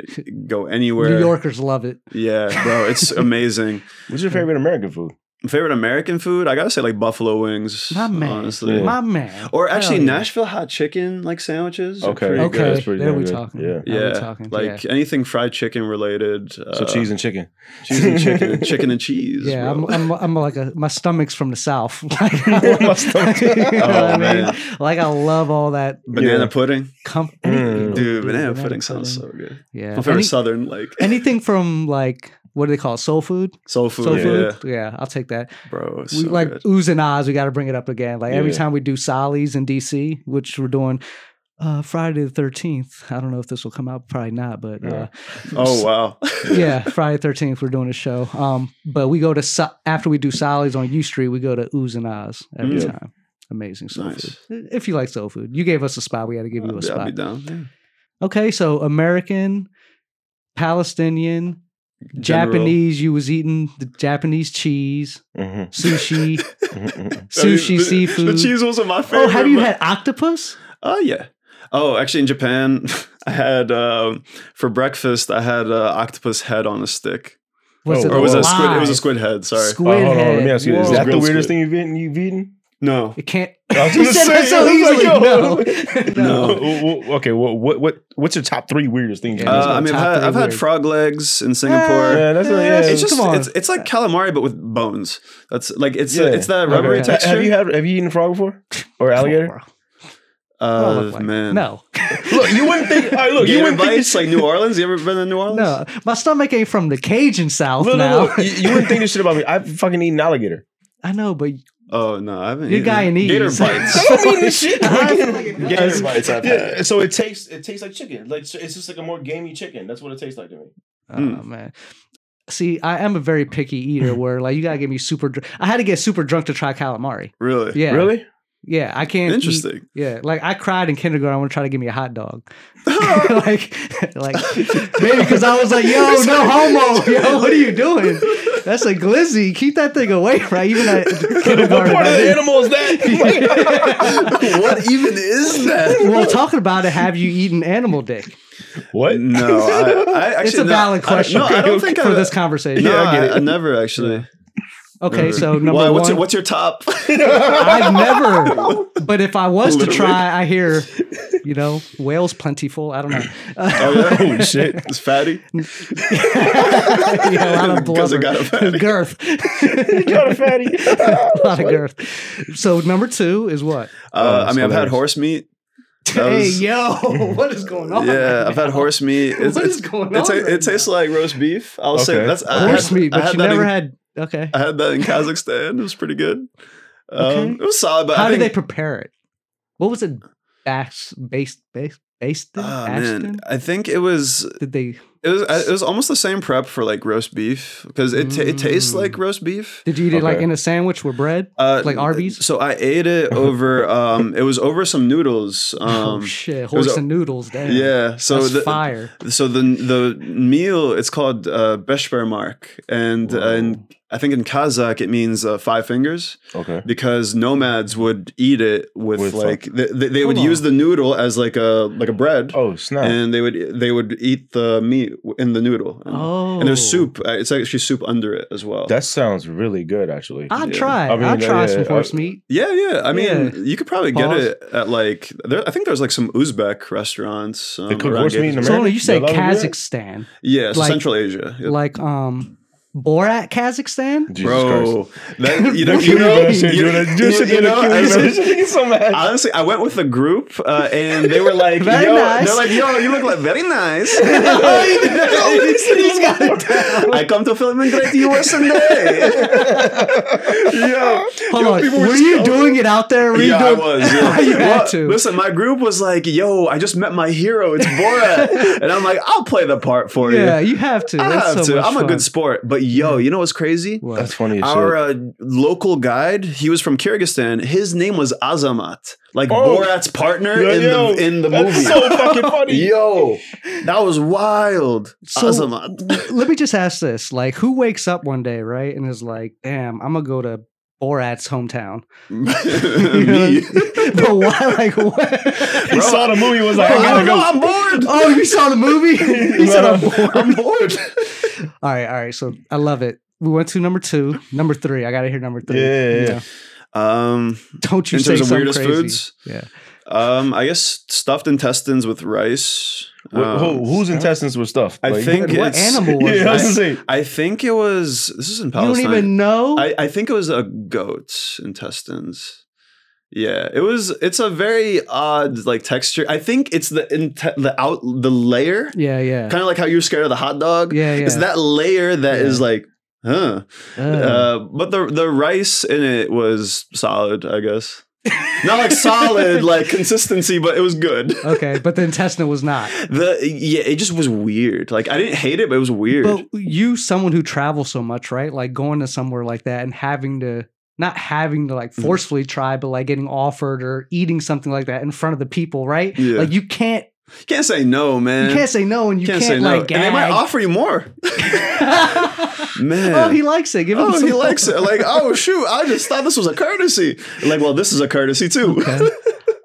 S1: go anywhere.
S4: New Yorkers love it.
S1: Yeah, bro, it's amazing.
S3: What's your favorite American food?
S1: My favorite American food, I gotta say, like buffalo wings.
S4: My man,
S1: honestly.
S3: Yeah.
S4: my man.
S1: Or actually,
S4: Hell yeah.
S1: Nashville hot chicken, like sandwiches. are
S3: Okay.
S1: pretty
S3: Pretty
S4: Okay,
S1: good.
S3: That's pretty
S4: there
S3: damn
S4: we
S3: good.
S4: talking.
S3: Yeah.
S4: Now we
S1: Yeah,
S4: talking.
S1: like
S4: yeah.
S1: anything fried chicken related.
S3: So
S1: uh,
S3: cheese and chicken.
S1: cheese and chicken, chicken and cheese.
S4: Yeah, I'm,
S1: bro. Oh,
S4: I'm, I'm like a my stomach's from the south. Like,
S3: My stomach.
S4: you know what
S1: Oh,
S4: I mean?
S1: man.
S4: Like I love all that
S1: banana
S3: Yeah.
S1: pudding,
S4: comfort.
S3: Mm.
S1: dude. Banana, pudding sounds so good.
S4: Yeah,
S1: My favorite
S4: Any-
S1: southern like
S4: anything from like what do they call it? Soul food.
S1: soul food.
S4: Soul
S1: yeah,
S4: food. Yeah, I'll take that.
S1: bro. it's
S4: we
S1: so
S4: like
S1: good.
S4: oohs and ahs. We got to bring it up again. Like every
S3: Yeah.
S4: time we do Solly's in DC, which we're doing uh, Friday the thirteenth. I don't know if this will come out. Probably not. But
S3: Yeah.
S4: uh,
S1: Oh wow.
S4: yeah, Friday thirteenth we're doing a show. Um, but we go to so- after we do Solly's on U Street, we go to oohs and ahs every
S3: Yeah.
S4: time. Amazing soul
S1: Nice.
S4: food. If you like soul food, you gave us a spot. We had to give you
S1: I'll
S4: a
S1: be, I'll be
S4: spot.
S1: down. yeah.
S4: Okay, so American, Palestinian,
S1: General.
S4: Japanese. You was eating the Japanese cheese,
S3: Mhm,
S4: sushi,
S3: mhm, mhm.
S1: I mean,
S4: sushi,
S1: the,
S4: seafood.
S1: The cheese wasn't my favorite.
S4: Oh, have you
S1: but-
S4: had octopus?
S1: Oh yeah. Oh, actually, in Japan, I had um, for breakfast. I had uh, octopus head on a stick,
S3: Oh,
S1: or was it a squid? It was a
S4: alive?
S1: squid head. Sorry.
S4: Squid
S3: Uh, hold on,
S4: head.
S3: let me ask you this: Is
S4: Whoa.
S3: that the
S1: Grilled
S3: weirdest
S1: squid.
S3: thing you've eaten? You've eaten?
S1: No.
S4: It can't.
S3: I was
S4: He
S3: gonna
S4: said that
S3: say,
S4: so
S3: I was like,
S4: easily.
S3: yo.
S4: no.
S1: No.
S3: Well, well, okay, well, what what what's your top three weirdest things? you've
S4: Yeah,
S1: Uh,
S4: it's
S1: I
S3: eaten?
S1: mean,
S4: top
S1: I've had,
S4: three
S1: I've had
S4: word.
S1: frog legs in Singapore.
S3: yeah, that's a, yeah.
S1: It's just
S4: Come on.
S1: it's it's like calamari but with bones. That's like it's
S3: Yeah.
S1: it's that rubbery
S4: Okay.
S1: texture.
S3: Have you had have you eaten frog before or alligator?
S4: What do I
S1: uh,
S4: Oh, look like?
S1: man, Oh,
S4: No.
S3: Look, you wouldn't think. All right, look, you
S1: Gator
S3: wouldn't think.
S1: bites like New Orleans. You ever been to New Orleans?
S4: No. My stomach ain't from the Cajun South
S3: Look,
S4: now.
S3: look, look, you, you wouldn't think this shit about me. I've fucking eaten alligator.
S4: I know, but
S1: Oh no, I haven't.
S4: you're
S1: eaten it.
S4: Guyanese.
S1: Gator bites.
S3: I'm eating this shit.
S1: Gator bites. I've had.
S3: Yeah, so it tastes it tastes like chicken. Like so it's just like a more gamey chicken. That's what it tastes like to me.
S4: Oh
S1: Mm.
S4: man. See, I am a very picky eater. Where like you gotta give me super. Dr- I had to get super drunk to try calamari.
S1: Really?
S4: Yeah,
S3: Really?
S4: Yeah, I can't. eat-
S1: Interesting.
S4: yeah, like I cried in kindergarten. I want to try to give me a hot dog. like, like maybe because I was like, "Yo, no homo, yo, what are you doing? That's a glizzy. Keep that thing away, right?" Even at
S3: what part
S4: kindergarten.
S3: of
S4: I
S3: the
S4: didn't-
S3: animal is that?
S1: what even is that?
S4: well, talking about it, have you eaten animal dick?
S3: what?
S1: No, I, I actually
S4: it's a
S1: no,
S4: valid
S1: I don't-
S4: question
S1: no, I don't think
S4: for
S1: I've-
S4: this conversation.
S1: No,
S3: Yeah, I get it.
S1: I, never actually.
S4: Okay,
S1: Never.
S4: so number
S1: Why,
S4: one,
S1: What's your, what's your top? Oh,
S4: I've never. But if I was to
S1: Literally.
S4: try, I hear, you know, whales plentiful. I don't know.
S1: Oh, yeah.
S3: Oh, shit.
S1: It's fatty.
S4: yeah, a lot of
S1: 'Cause
S4: blubber.
S1: it got a fatty.
S4: girth.
S3: Got a fatty.
S4: a lot of girth. So number two is what?
S1: Uh, I
S3: that's
S1: mean, I've had
S3: hilarious.
S1: horse meat. That
S4: hey
S1: was-
S4: yo, what is going on?
S1: yeah,
S4: right
S1: I've
S4: now?
S1: had horse meat. It's,
S4: Oh, What
S1: it's,
S4: is going
S1: it's,
S4: on
S1: It
S4: right
S1: tastes like roast beef. I'll say
S3: Okay.
S1: that's I
S4: horse
S1: had-
S4: meat,
S1: I
S4: but you
S1: that
S4: never
S1: in, Uh,
S4: had. Okay,
S1: I had that in Kazakhstan. It was pretty good. Um,
S4: Okay.
S1: It was solid, but
S4: how
S1: I
S4: did
S1: think,
S4: they prepare it? What was it? Bass, based, based, based, in?
S1: Ah,
S4: Bashed
S1: man,
S4: in?
S1: I think it was
S4: Did they?
S1: it was it was almost the same prep for like roast beef because it, ta it tastes
S4: Mm.
S1: like roast beef.
S4: Did you eat it like
S3: Okay.
S4: in a sandwich with bread?
S1: Uh,
S4: Like Arby's?
S1: So I ate it over. Um, it was over some noodles.
S4: oh
S1: Um,
S4: shit!
S1: was
S4: Horse
S1: a-
S4: and noodles. Damn.
S1: yeah. So
S4: That's
S1: the,
S4: fire.
S1: So the the meal it's called uh, beshbermark, and uh, in, I think in Kazakh it means uh, five fingers
S3: Okay.
S1: because nomads would eat it with,
S3: With
S1: like they, they, they would
S4: Hold on.
S1: use the noodle as like a like a bread,
S3: Oh, snap.
S1: and they would they would eat the meat w- in the noodle. And,
S4: Oh,
S1: and there's soup. uh, It's actually soup under it as well.
S3: that sounds really good, actually.
S4: I
S1: Yeah.
S4: tried.
S3: I
S4: I,
S3: mean, uh,
S4: tried
S3: yeah,
S4: some
S3: I-
S4: horse meat.
S1: yeah, yeah. I mean,
S4: Yeah.
S1: you could probably
S4: Pause.
S1: get it at like there. I think there's like some Uzbek restaurants. Um,
S3: cook
S1: around
S3: horse meat in
S1: Gators-
S4: So
S3: America?
S4: you say
S3: They'll let me do it?
S4: Kazakhstan,
S1: Yeah, so
S4: like-
S1: Central Asia. yeah.
S4: like um, Borat, Kazakhstan.
S3: Jesus
S1: Bro, that, you know,
S4: What
S1: you
S4: do you
S1: know,
S4: mean?
S1: you,
S3: you,
S1: you, you know, I said- honestly, I went with a group uh, and they were like,
S4: Very
S1: yo,
S4: nice.
S1: they're like, yo, you look like very nice.
S4: He's got it down.
S1: I come to film in great USA. yo,
S4: Hold
S1: yo,
S4: on.
S1: people
S4: Were
S1: just
S4: you
S1: going-
S4: doing it out there? Were you
S1: Yeah, I
S4: doing-
S1: was. Yeah.
S4: you had
S1: Well,
S4: to.
S1: Listen, my group was like, "Yo, I just met my hero. It's Borat," and I'm like, "I'll play the part for you."
S4: yeah, you have to.
S1: I
S4: That's
S1: have
S4: so
S1: to.
S4: much
S1: I'm a
S4: fun.
S1: good sport. But yo, you know what's crazy?
S4: What?
S3: That's funny as
S1: Our
S3: shit.
S1: uh, local guide, he was from Kyrgyzstan. His name was Azamat, like
S3: Oh.
S1: Borat's partner
S3: Yo,
S1: uh, in
S3: yo,
S1: the in the
S3: that's
S1: movie.
S3: so fucking funny.
S1: Yo, that was wild.
S4: So-
S1: Azamat.
S4: Let me just ask this: like, who wakes up one day, right, and is like, "Damn, I'm gonna go to Borat's hometown." You know what
S1: Me.
S4: I mean? but why? Like, what?
S3: He saw the movie and was like,
S1: I
S3: I
S1: don't
S3: gotta
S1: know.
S3: go. Oh,
S1: I'm bored.
S4: Oh, you saw the movie? He said,
S3: No.
S4: "I'm bored."
S1: I'm bored.
S4: All right, all right. So I love it. We went to number two, number three. I gotta hear number three.
S3: Yeah, yeah,
S4: You
S3: yeah.
S4: know,
S1: Um,
S4: Don't you
S1: in
S4: say
S1: terms of
S4: something
S1: weirdest
S4: crazy.
S1: foods,
S4: Yeah.
S1: um, I guess stuffed intestines with rice.
S3: Wh- who-
S1: Um,
S3: whose intestines were stuffed?
S1: I
S3: Like-
S1: think
S4: And what
S1: it's-
S4: animal was
S3: Yeah, I
S4: that?
S3: was gonna say.
S1: I think it was. This is in
S4: You
S1: Palestine.
S4: don't even know.
S1: Oh, I, I think it was a goat's intestines. Yeah, it was. It's a very odd like texture. I think it's the inte- the out the layer,
S4: yeah, yeah,
S1: kind of like how you're scared of the hot dog.
S4: yeah, yeah.
S1: It's that layer that is
S4: Yeah.
S1: like, huh?
S4: Uh,
S1: Uh, but the the rice in it was solid, I guess. Not like solid, like consistency, but it was good.
S4: okay, but the intestine was not.
S1: The yeah, it just was weird. Like I didn't hate it, but it was weird.
S4: But you, someone who travels so much, right? Like going to somewhere like that and having to, not having to like
S1: Mhm.
S4: forcefully try, but like getting offered or eating something like that in front of the people, right?
S1: Yeah.
S4: Like you can't,
S1: can't say no, man.
S4: you can't say no, and you can't, like
S1: And they might
S4: gag.
S1: offer you more. Man.
S4: oh, he likes it. Give him.
S1: Oh,
S4: some
S1: he likes it. Like, oh shoot, I just thought this was a courtesy. Like, well, this is a courtesy too.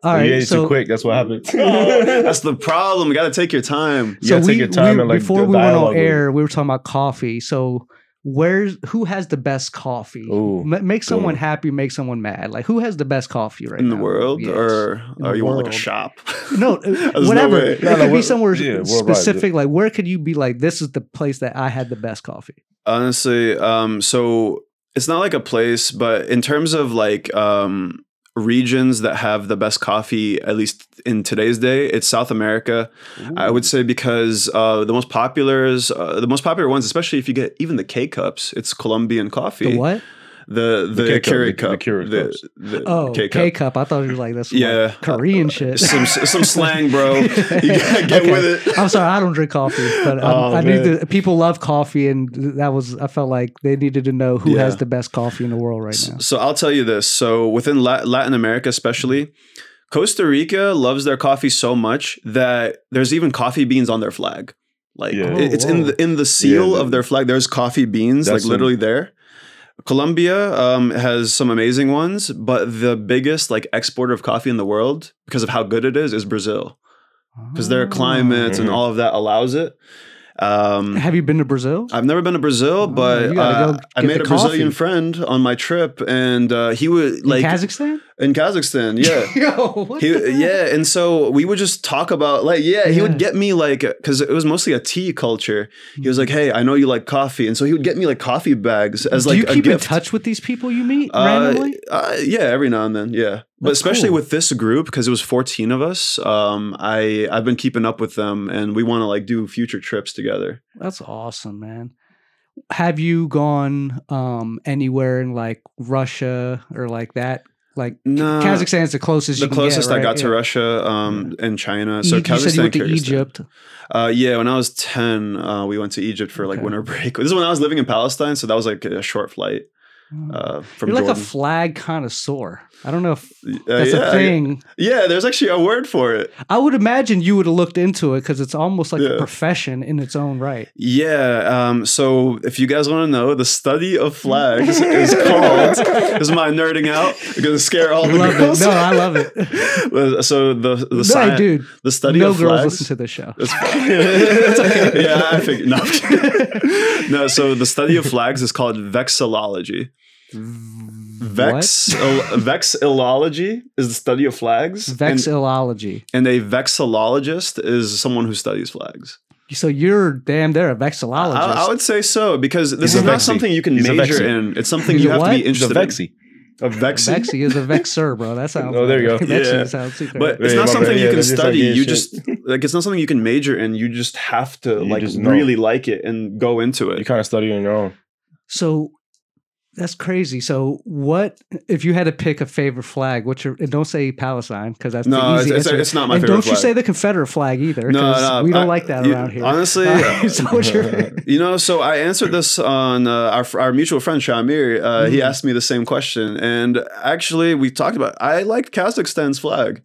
S1: Oh,
S4: Okay. All
S3: You
S4: right,
S3: ate it
S4: so
S3: "Oh,
S4: Oh.
S3: too quick. That's what happened.
S1: That's the problem. You gotta take your time.
S3: You gotta take your time and, like,
S4: before
S3: do
S4: we went
S3: dialogue
S4: on
S3: with
S4: air, we were talking about coffee. So where's who has the best coffee?
S3: Ooh,
S4: Ma- make someone
S3: one.
S4: happy, make someone mad. Like who has the best coffee right
S1: In the
S4: now?
S1: world,
S4: Yes.
S1: or,
S4: In
S1: or
S4: the
S1: you want like
S4: world.
S1: a shop?
S4: no, uh,
S1: no
S4: whatever.
S1: way.
S4: it
S3: No, no,
S4: could be
S3: wor-
S4: somewhere
S3: yeah, worldwide.
S4: specific. Like where could you be? Like this is the place that I had the best coffee.
S1: Honestly, um, so it's not like a place, but in terms of like um regions that have the best coffee, at least in today's day, it's South America. I would say because uh, the most popular is uh, the most popular ones, especially if you get even the K cups. It's Colombian coffee.
S4: the what?
S1: The the,
S3: The K cup,
S1: Keurig
S3: the- the
S1: cup.
S3: Keurig
S1: the,
S3: cups.
S1: the
S4: Oh, K
S1: K
S4: cup.
S1: cup.
S4: I thought you were like that's
S1: Yeah.
S4: like Korean shit.
S1: Some some slang, bro. You gotta get
S4: Okay.
S1: with it.
S4: I'm sorry, I don't drink coffee, but um,
S1: Oh,
S4: I knew
S1: man.
S4: that people love coffee, and that was I felt like they needed to know who has
S1: Yeah.
S4: the best coffee in the world right now.
S1: So I'll tell you this. So within La- Latin America, especially. Costa Rica loves their coffee so much that there's even coffee beans on their flag. Like
S3: Yeah.
S1: it- it's
S4: Oh,
S1: in
S4: whoa.
S1: the in the seal
S3: Yeah,
S1: of their flag. There's coffee beans, like
S3: That's in-
S1: literally there. Colombia um, has some amazing ones, but the biggest like exporter of coffee in the world because of how good it is is Brazil because their
S4: Oh.
S1: climate and
S3: Mhm.
S1: all of that allows it. Um,
S4: Have you been to Brazil?
S1: I've never been to Brazil,
S4: Oh, you
S1: but
S4: gotta
S1: uh,
S4: go
S1: I
S4: get
S1: made
S4: the
S1: a Brazilian
S4: coffee.
S1: friend on my trip, and uh, he would
S4: In
S1: like
S4: Kazakhstan?
S1: in Kazakhstan, yeah.
S4: Yo, what
S1: He,
S4: the heck?
S1: yeah, and so we would just talk about like yeah, he
S4: Yeah.
S1: would get me like because it was mostly a tea culture. He was like, hey, I know you like coffee, and so he would get me like coffee bags as
S4: Mm-hmm. Do
S1: like
S4: you
S1: a
S4: keep in
S1: gift.
S4: touch with these people you meet
S1: Uh,
S4: randomly?
S1: uh, yeah, every now and then, yeah. But
S4: That's
S1: especially
S4: cool.
S1: with this group because it was fourteen of us. Um, I I've been keeping up with them, and we want to like do future trips together.
S4: That's awesome, man. Have you gone um, anywhere in like Russia or like that? Like
S1: No,
S4: Kazakhstan's the closest.
S1: Uh, the
S4: you can get,
S1: closest I
S4: right?
S1: got to
S4: Yeah.
S1: Russia, um, and China. So
S4: you,
S1: Kazakhstan,
S4: you said you went to
S1: Kyrgyzstan.
S4: Egypt.
S1: Uh, yeah, when I was ten, uh, we went to Egypt for like
S4: Okay.
S1: winter break. This is when I was living in Palestine, so that was like a short flight uh, from
S4: You're like
S1: Jordan.
S4: a flag connoisseur. I don't know if
S1: Uh,
S4: that's
S1: yeah,
S4: a
S1: I-
S4: thing.
S1: yeah, there's actually a word for it.
S4: I would imagine you would have looked into it because it's almost like a
S1: Yeah.
S4: profession in its own right.
S1: Yeah. Um, so if you guys want to know, the study of flags is called. this is my nerding out. I'm gonna scare all the
S4: Love it.
S1: girls. Uh,
S4: No, I love it.
S1: so the the
S4: no,
S1: sci-
S4: dude,
S1: the study
S4: no
S1: of
S4: girls
S1: flags.
S4: listen to this show.
S1: It's fine. yeah, I figured. No, I'm kidding. no, so the study of flags is called vexillology. Vex, vexillology is the study of flags. and-
S4: Vexillology.
S1: and, a vexillologist is someone who studies flags.
S4: So you're damn there a vexillologist.
S1: I, I would say so because this
S3: He's
S1: is
S3: a
S1: not
S3: Vexi.
S1: something you can
S3: He's a
S1: major
S3: Vexi.
S1: in. It's something
S4: He's
S1: you
S4: a
S1: have to be
S4: what?
S1: interested
S3: the Vexi.
S1: in. A vexi.
S4: Vexy is a vexer, bro. That sounds.
S3: Oh, there you go.
S4: Vexy
S1: Yeah.
S4: sounds super.
S1: But
S3: Yeah,
S1: it's
S3: my
S1: not
S3: bad.
S1: something you
S3: Yeah,
S1: can
S3: that's just like
S1: study.
S3: gay
S1: you
S3: shit.
S1: just like it's not something you can major in. You just have to
S3: You
S1: like
S3: just know.
S1: really like it and go into
S3: You
S1: it.
S3: kind of study on your own.
S4: so that's crazy. So what if you had to pick a favorite flag? What's your? And don't say Palestine because that's
S1: No,
S4: the
S1: it's,
S4: easy
S1: it's,
S4: answer.
S1: it's not my
S4: and
S1: favorite.
S4: don't you
S1: flag.
S4: say the Confederate flag either?
S1: No,
S4: 'cause
S1: no,
S4: we don't
S1: I-
S4: like that
S1: you-
S4: around here.
S1: Honestly,
S4: so what's your?
S1: You know, so I answered this on uh, our fr- our mutual friend Shamir. Uh, He
S4: Mhm.
S1: asked me the same question, and actually, we talked about. I like Kazakhstan's flag.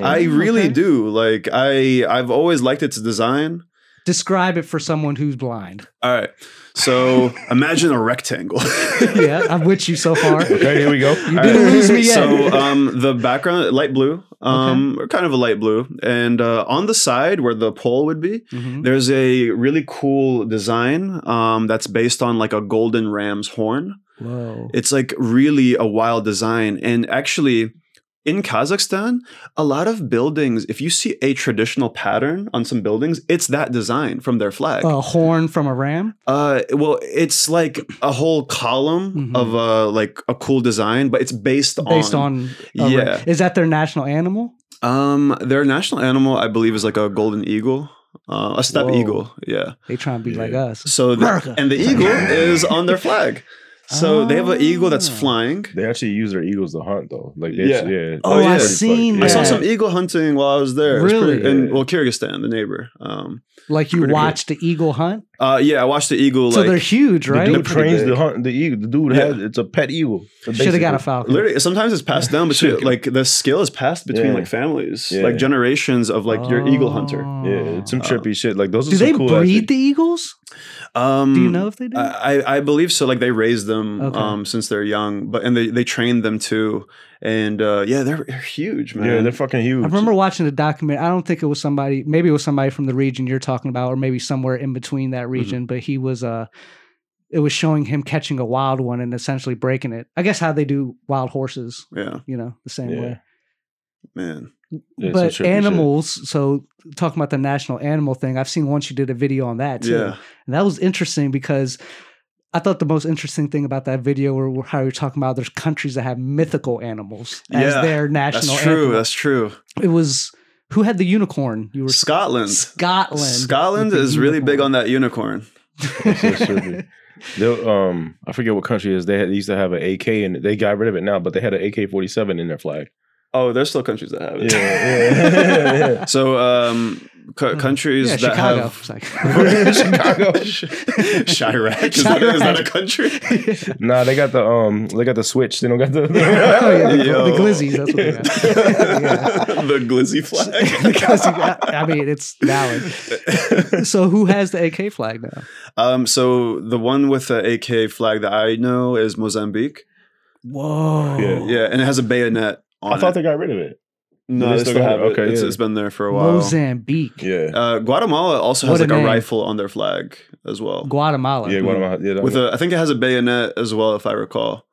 S1: I
S4: Mm,
S1: really
S4: okay.
S1: do. Like, I I've always liked its design.
S4: Describe it for someone who's blind.
S1: All right, so imagine a rectangle.
S4: yeah, I'm with you so far.
S3: okay, here we go.
S4: You
S3: All
S4: didn't lose me yet.
S1: So um, the background light blue, um, or kind of a light blue, and uh, on the side where the pole would be,
S4: Mhm.
S1: there's a really cool design um, that's based on like a golden ram's horn.
S4: Whoa.
S1: It's like really a wild design. And actually, in Kazakhstan, a lot of buildings, if you see a traditional pattern on some buildings, it's that design from their flag.
S4: a horn from a ram.
S1: Uh, well, it's like a whole column
S4: Mhm.
S1: of uh, like a cool design, but it's based,
S4: Based on, a ram.
S1: Yeah.
S4: is that their national animal?
S1: Um, their national animal, I believe, is like a golden eagle, uh, a steppe
S4: Whoa.
S1: eagle. Yeah.
S4: They try and be like
S3: Yeah.
S4: us.
S1: So the,
S4: America.
S1: and the eagle is on their flag. So they have an eagle that's
S4: Ah.
S1: flying.
S3: They actually use their eagles to hunt though. Like they
S1: Yeah.
S3: actually- yeah.
S4: Oh,
S1: yeah.
S4: I've seen
S1: I saw
S4: Yeah.
S1: some eagle hunting while I was there. It was
S4: Really?
S1: pretty- in well, Kyrgyzstan, the neighbor. Um,
S4: Like you
S1: Pretty good.
S4: watch the eagle hunt.
S1: uh, yeah, I watched the eagle.
S4: so they're
S1: like
S4: huge,
S3: The
S4: right?
S3: dude
S1: pretty
S3: trains
S1: big.
S3: the hunt the eagle. The dude
S1: Yeah.
S3: has it's a pet eagle.
S4: Should have got a
S3: basically.
S4: falcon.
S1: literally sometimes it's passed down between like the skill is passed between
S3: Yeah.
S1: like families,
S3: Yeah.
S1: like generations of like your eagle hunter.
S3: Yeah, it's some
S1: Uh,
S3: trippy shit. Like those are
S4: Oh. do
S3: some
S4: they
S3: cool
S4: breed
S3: actually-
S4: the eagles?
S1: Um,
S4: Oh. Do you know if they do?
S1: I, I- I believe so. Like they raise them
S4: Okay.
S1: um, since they're young, but and they they train them too. And uh, yeah, they're, they're huge, man.
S3: Yeah, they're fucking huge.
S4: I remember watching a document. I don't think it was somebody. Maybe it was somebody from the region you're talking about, or maybe somewhere in between
S1: Mm-hmm.
S4: that region. But he was uh It was showing him catching a wild one and essentially breaking it. I guess how they do wild horses,
S1: yeah,
S4: you know, the same
S3: Yeah.
S4: way.
S1: man.
S3: Yeah, some trippy
S4: but
S3: shit.
S4: animals. So talking about the national animal thing, I've seen once you did a video on that too.
S1: Yeah,
S4: And that was interesting because I thought the most interesting thing about that video were were how you're talking about there's countries that have mythical animals as
S1: Yeah,
S4: their
S1: that's
S4: national
S1: true.
S4: anthem.
S1: That's true.
S4: it was who had the unicorn? You were
S1: Scotland.
S4: Scotland.
S1: Scotland is really big on that unicorn.
S3: That's so trippy. They'll, um, I forget what country it is. They, had, they used to have an AK, and they got rid of it now. But they had an AK forty seven in their flag.
S1: Oh, there's still countries that have
S3: Yeah,
S1: it.
S3: yeah, yeah.
S1: So um, cu- countries
S4: Hmm. yeah,
S1: that
S4: Chicago.
S1: have
S4: It's like- oh,
S1: Chicago, Chirac. Is, That, is that a country?
S3: Nah, they got the um, they got the switch. They don't got the.
S4: Oh, yeah, the,
S1: Yo.
S4: the glizzies. That's what they got.
S1: the glizzy flag.
S4: because you got- I mean, it's valid. So who has the AK flag now?
S1: Um, so the one with the AK flag that I know is Mozambique.
S4: Whoa.
S3: Yeah,
S1: Yeah, and it has a bayonet on
S3: I thought
S1: it.
S3: they got rid of it.
S1: no,
S3: they
S1: they,
S3: still
S1: still have
S3: have it.
S1: it.
S3: Okay,
S1: It's-
S3: yeah.
S1: it's been there for a while.
S4: Mozambique,
S3: Yeah,
S1: Uh, Guatemala also has
S4: What a
S1: like a,
S4: name.
S1: rifle on their flag as well.
S4: Guatemala.
S3: yeah, Guatemala. Yeah, that
S1: With
S3: one.
S1: a, I think it has a bayonet as well, if I recall.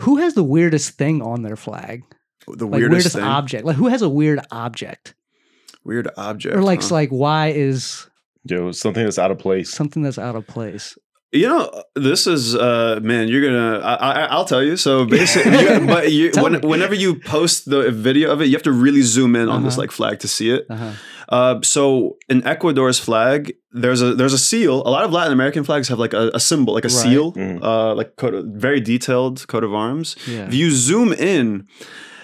S4: Who has the weirdest thing on their flag?
S1: The
S4: Like
S1: weirdest,
S4: weirdest
S1: thing,
S4: object. Like who has a weird object?
S1: weird object,
S4: Or like
S1: huh?
S4: like why is
S3: Yo, something that's out of place.
S4: something that's out of place?
S1: You know, this is uh, man. You're gonna. I, I, I'll tell you. So basically, you- but you,
S4: Tell
S1: when,
S4: me.
S1: whenever you post the video of it, you have to really zoom in on this
S4: Uh-huh.
S1: like flag to see it.
S4: Uh-huh.
S1: Uh, so in Ecuador's flag, there's a there's a seal. A lot of Latin American flags have like a, a symbol, like a
S4: Right.
S1: seal,
S3: Mhm.
S1: uh, like coat of- very detailed coat of arms.
S4: Yeah.
S1: If you zoom in,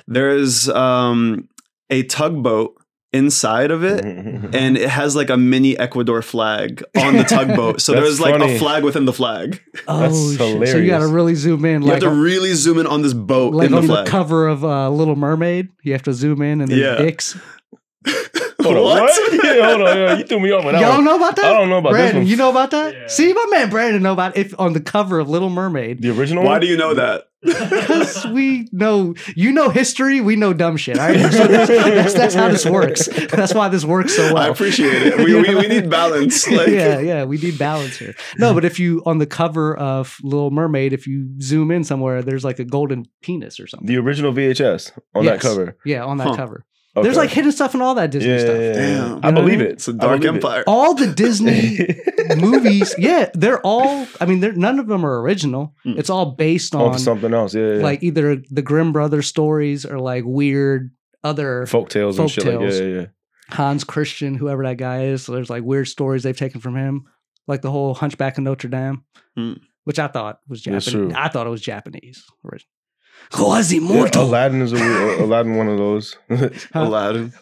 S1: there is um, a tugboat inside of it.
S4: Mm-hmm.
S1: And it has like a mini Ecuador flag on the tugboat. So
S3: That's
S1: there's like
S3: funny.
S1: a flag within the flag.
S4: oh
S3: that's
S4: shit. So you gotta
S3: hilarious.
S4: really zoom in
S1: You
S4: like
S1: have to really zoom in on this boat
S4: like
S1: Oh, in the
S4: on the
S1: flag.
S4: cover of uh, Little Mermaid, you have to zoom in and there's
S1: Yeah.
S4: dicks.
S3: Hold on, what? yeah, hold on. yeah, you threw me off with that
S4: Y'all
S3: one.
S4: know about that?
S3: I don't know about this
S4: Brandon,
S3: one.
S4: you know about that?
S2: Yeah.
S4: See, my man Brandon know about it on the cover of Little Mermaid.
S3: The original.
S1: Why
S3: one?
S1: do you know that?
S4: Because we know, you know history, we know dumb shit. All right? So that's, that's, that's how this works. That's why this works so well.
S1: I appreciate it. We, we, we need balance. Like,
S4: yeah, yeah, we need balance here. No, but if you on the cover of Little Mermaid, if you zoom in somewhere, there's like a golden penis or something.
S3: The original VHS on that
S4: Yes.
S3: cover.
S4: Yeah, on that
S1: Huh.
S4: cover.
S3: Okay.
S4: There's like hidden stuff in all that Disney
S3: yeah,
S4: stuff.
S3: yeah, yeah, yeah.
S1: Damn.
S3: I
S4: You know what I Oh.
S3: believe
S4: mean?
S3: it.
S1: It's a
S3: I
S1: dark
S3: believe it.
S1: empire.
S4: All the Disney movies, yeah, they're all. I mean, they're, none of them are original.
S1: Mm.
S4: It's all based
S3: Off
S4: on
S3: something else. Yeah, yeah.
S4: like either the Grimm brothers stories or like weird other
S3: folk tales and
S4: folk
S3: shit. Like,
S4: tales.
S3: yeah, yeah, yeah.
S4: Hans Christian, whoever that guy is. So there's like weird stories they've taken from him, like the whole Hunchback of Notre Dame,
S1: Hmm.
S4: which I thought was
S3: That's
S4: Japanese.
S3: true.
S4: I thought it was Japanese. orig-
S3: yeah.
S4: Quasimodo.
S3: Aladdin is a weird, Aladdin one of those.
S4: Huh?
S1: Aladdin.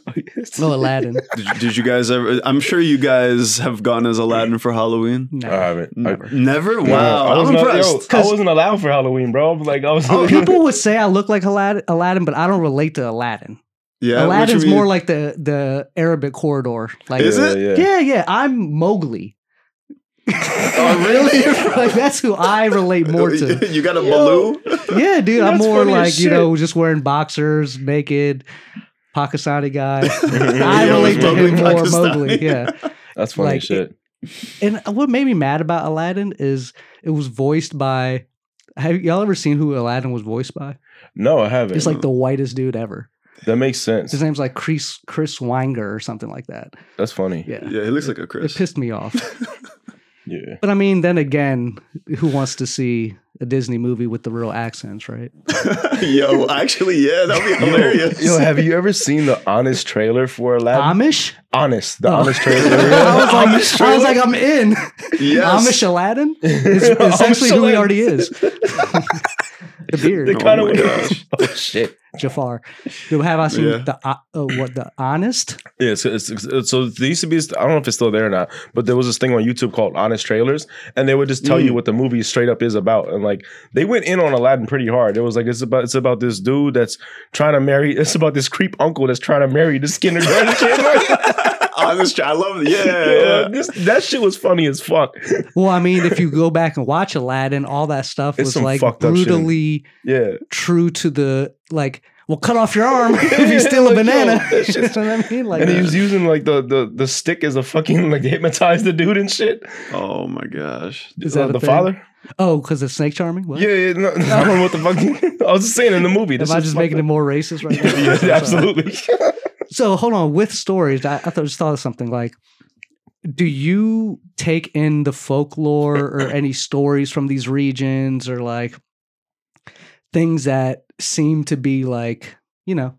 S4: No, Aladdin.
S1: Did, did you guys ever? I'm sure you guys have gone as Aladdin for Halloween.
S4: No.
S3: I haven't. I-
S4: Never.
S1: Never?
S3: Yeah,
S1: Wow.
S3: I
S1: I'm
S3: wasn't,
S1: impressed.
S3: yo, I wasn't allowed for Halloween, bro. Like I was.
S4: Oh, people would say I look like Aladdin, Aladdin, but I don't relate to Aladdin.
S1: yeah. what you
S4: Aladdin's more
S1: mean?
S4: like the the Arabic corridor. Like,
S1: Is
S3: yeah,
S1: it?
S3: Yeah.
S4: yeah, yeah. I'm Mowgli.
S1: Oh, really?
S4: like that's who I relate more to.
S1: you got a
S3: Yo.
S1: Baloo?
S4: Yeah, dude. I'm
S3: That's
S4: more
S3: funny as
S4: like, you
S3: shit.
S4: know, just wearing boxers, naked, Pakistani guy. I
S1: Yeah,
S4: relate to
S1: Mowgli
S4: him more
S1: Pakistani.
S4: Mowgli. Yeah.
S3: That's funny
S4: Like,
S3: as shit.
S4: And what made me mad about Aladdin is it was voiced by have y'all ever seen who Aladdin was voiced by?
S3: no, I haven't.
S4: He's like the whitest dude ever.
S3: that makes sense.
S4: His name's like Chris Chris Weinger or something like that.
S3: That's funny. Yeah.
S4: Yeah.
S1: Yeah, he looks like a Chris.
S4: It pissed me off. But I mean, then again, who wants to see a Disney movie with the real accents, right?
S1: Yo, actually, yeah, that'd be hilarious.
S3: Yo, have you ever seen the honest trailer for Aladdin?
S4: Amish?
S3: honest, the
S4: Oh.
S3: honest trailer.
S4: I was like,
S3: Honest
S4: I was
S3: trailer?
S4: like, I'm in.
S1: Yes.
S4: Amish Aladdin is
S3: Honest
S4: essentially who he
S3: trailer.
S4: already is. the beard,
S3: They
S1: Oh
S3: kind
S1: my
S3: of
S1: gosh.
S3: oh shit.
S4: Jafar. Do- Have I seen
S1: Yeah.
S4: the uh, uh, what the honest?
S3: Yeah, so it's, it's- so there used to be. I don't know if it's still there or not, but there was this thing on YouTube called Honest Trailers, and they would just tell you
S1: Mm.
S3: what the movie straight up is about. And like they went in on Aladdin pretty hard. It was like it's about it's about this dude that's trying to marry. It's about this creep uncle that's trying to marry this kindergarten kid.
S1: Honest, I love it. Yeah,
S3: Yeah,
S1: yeah.
S3: this, that shit was funny as fuck.
S4: Well, I mean, if you go back and watch Aladdin, all that stuff
S3: It's
S4: was
S3: some
S4: like
S3: fucked up shit.
S4: brutally
S3: Yeah,
S4: true to the like. Well, cut off your arm if you steal a
S3: Like, yo,
S4: banana.
S3: that
S4: you know
S3: shit's-
S4: what I mean? Like,
S3: and he was using like the the the stick as a fucking like to hypnotize the dude and shit.
S1: Oh my gosh.
S4: Is that
S3: Uh,
S4: a
S3: the
S4: thing?
S3: father?
S4: oh, because of snake charming. What?
S3: Yeah, yeah. No, I don't know what the fuck. I was just saying in the movie.
S4: Am I just making it more racist right now?
S3: yeah,
S4: So-
S3: absolutely.
S4: So hold on, with stories, I, I thought, just thought of something like, do you take in the folklore or any stories from these regions or like things that seem to be like, you know,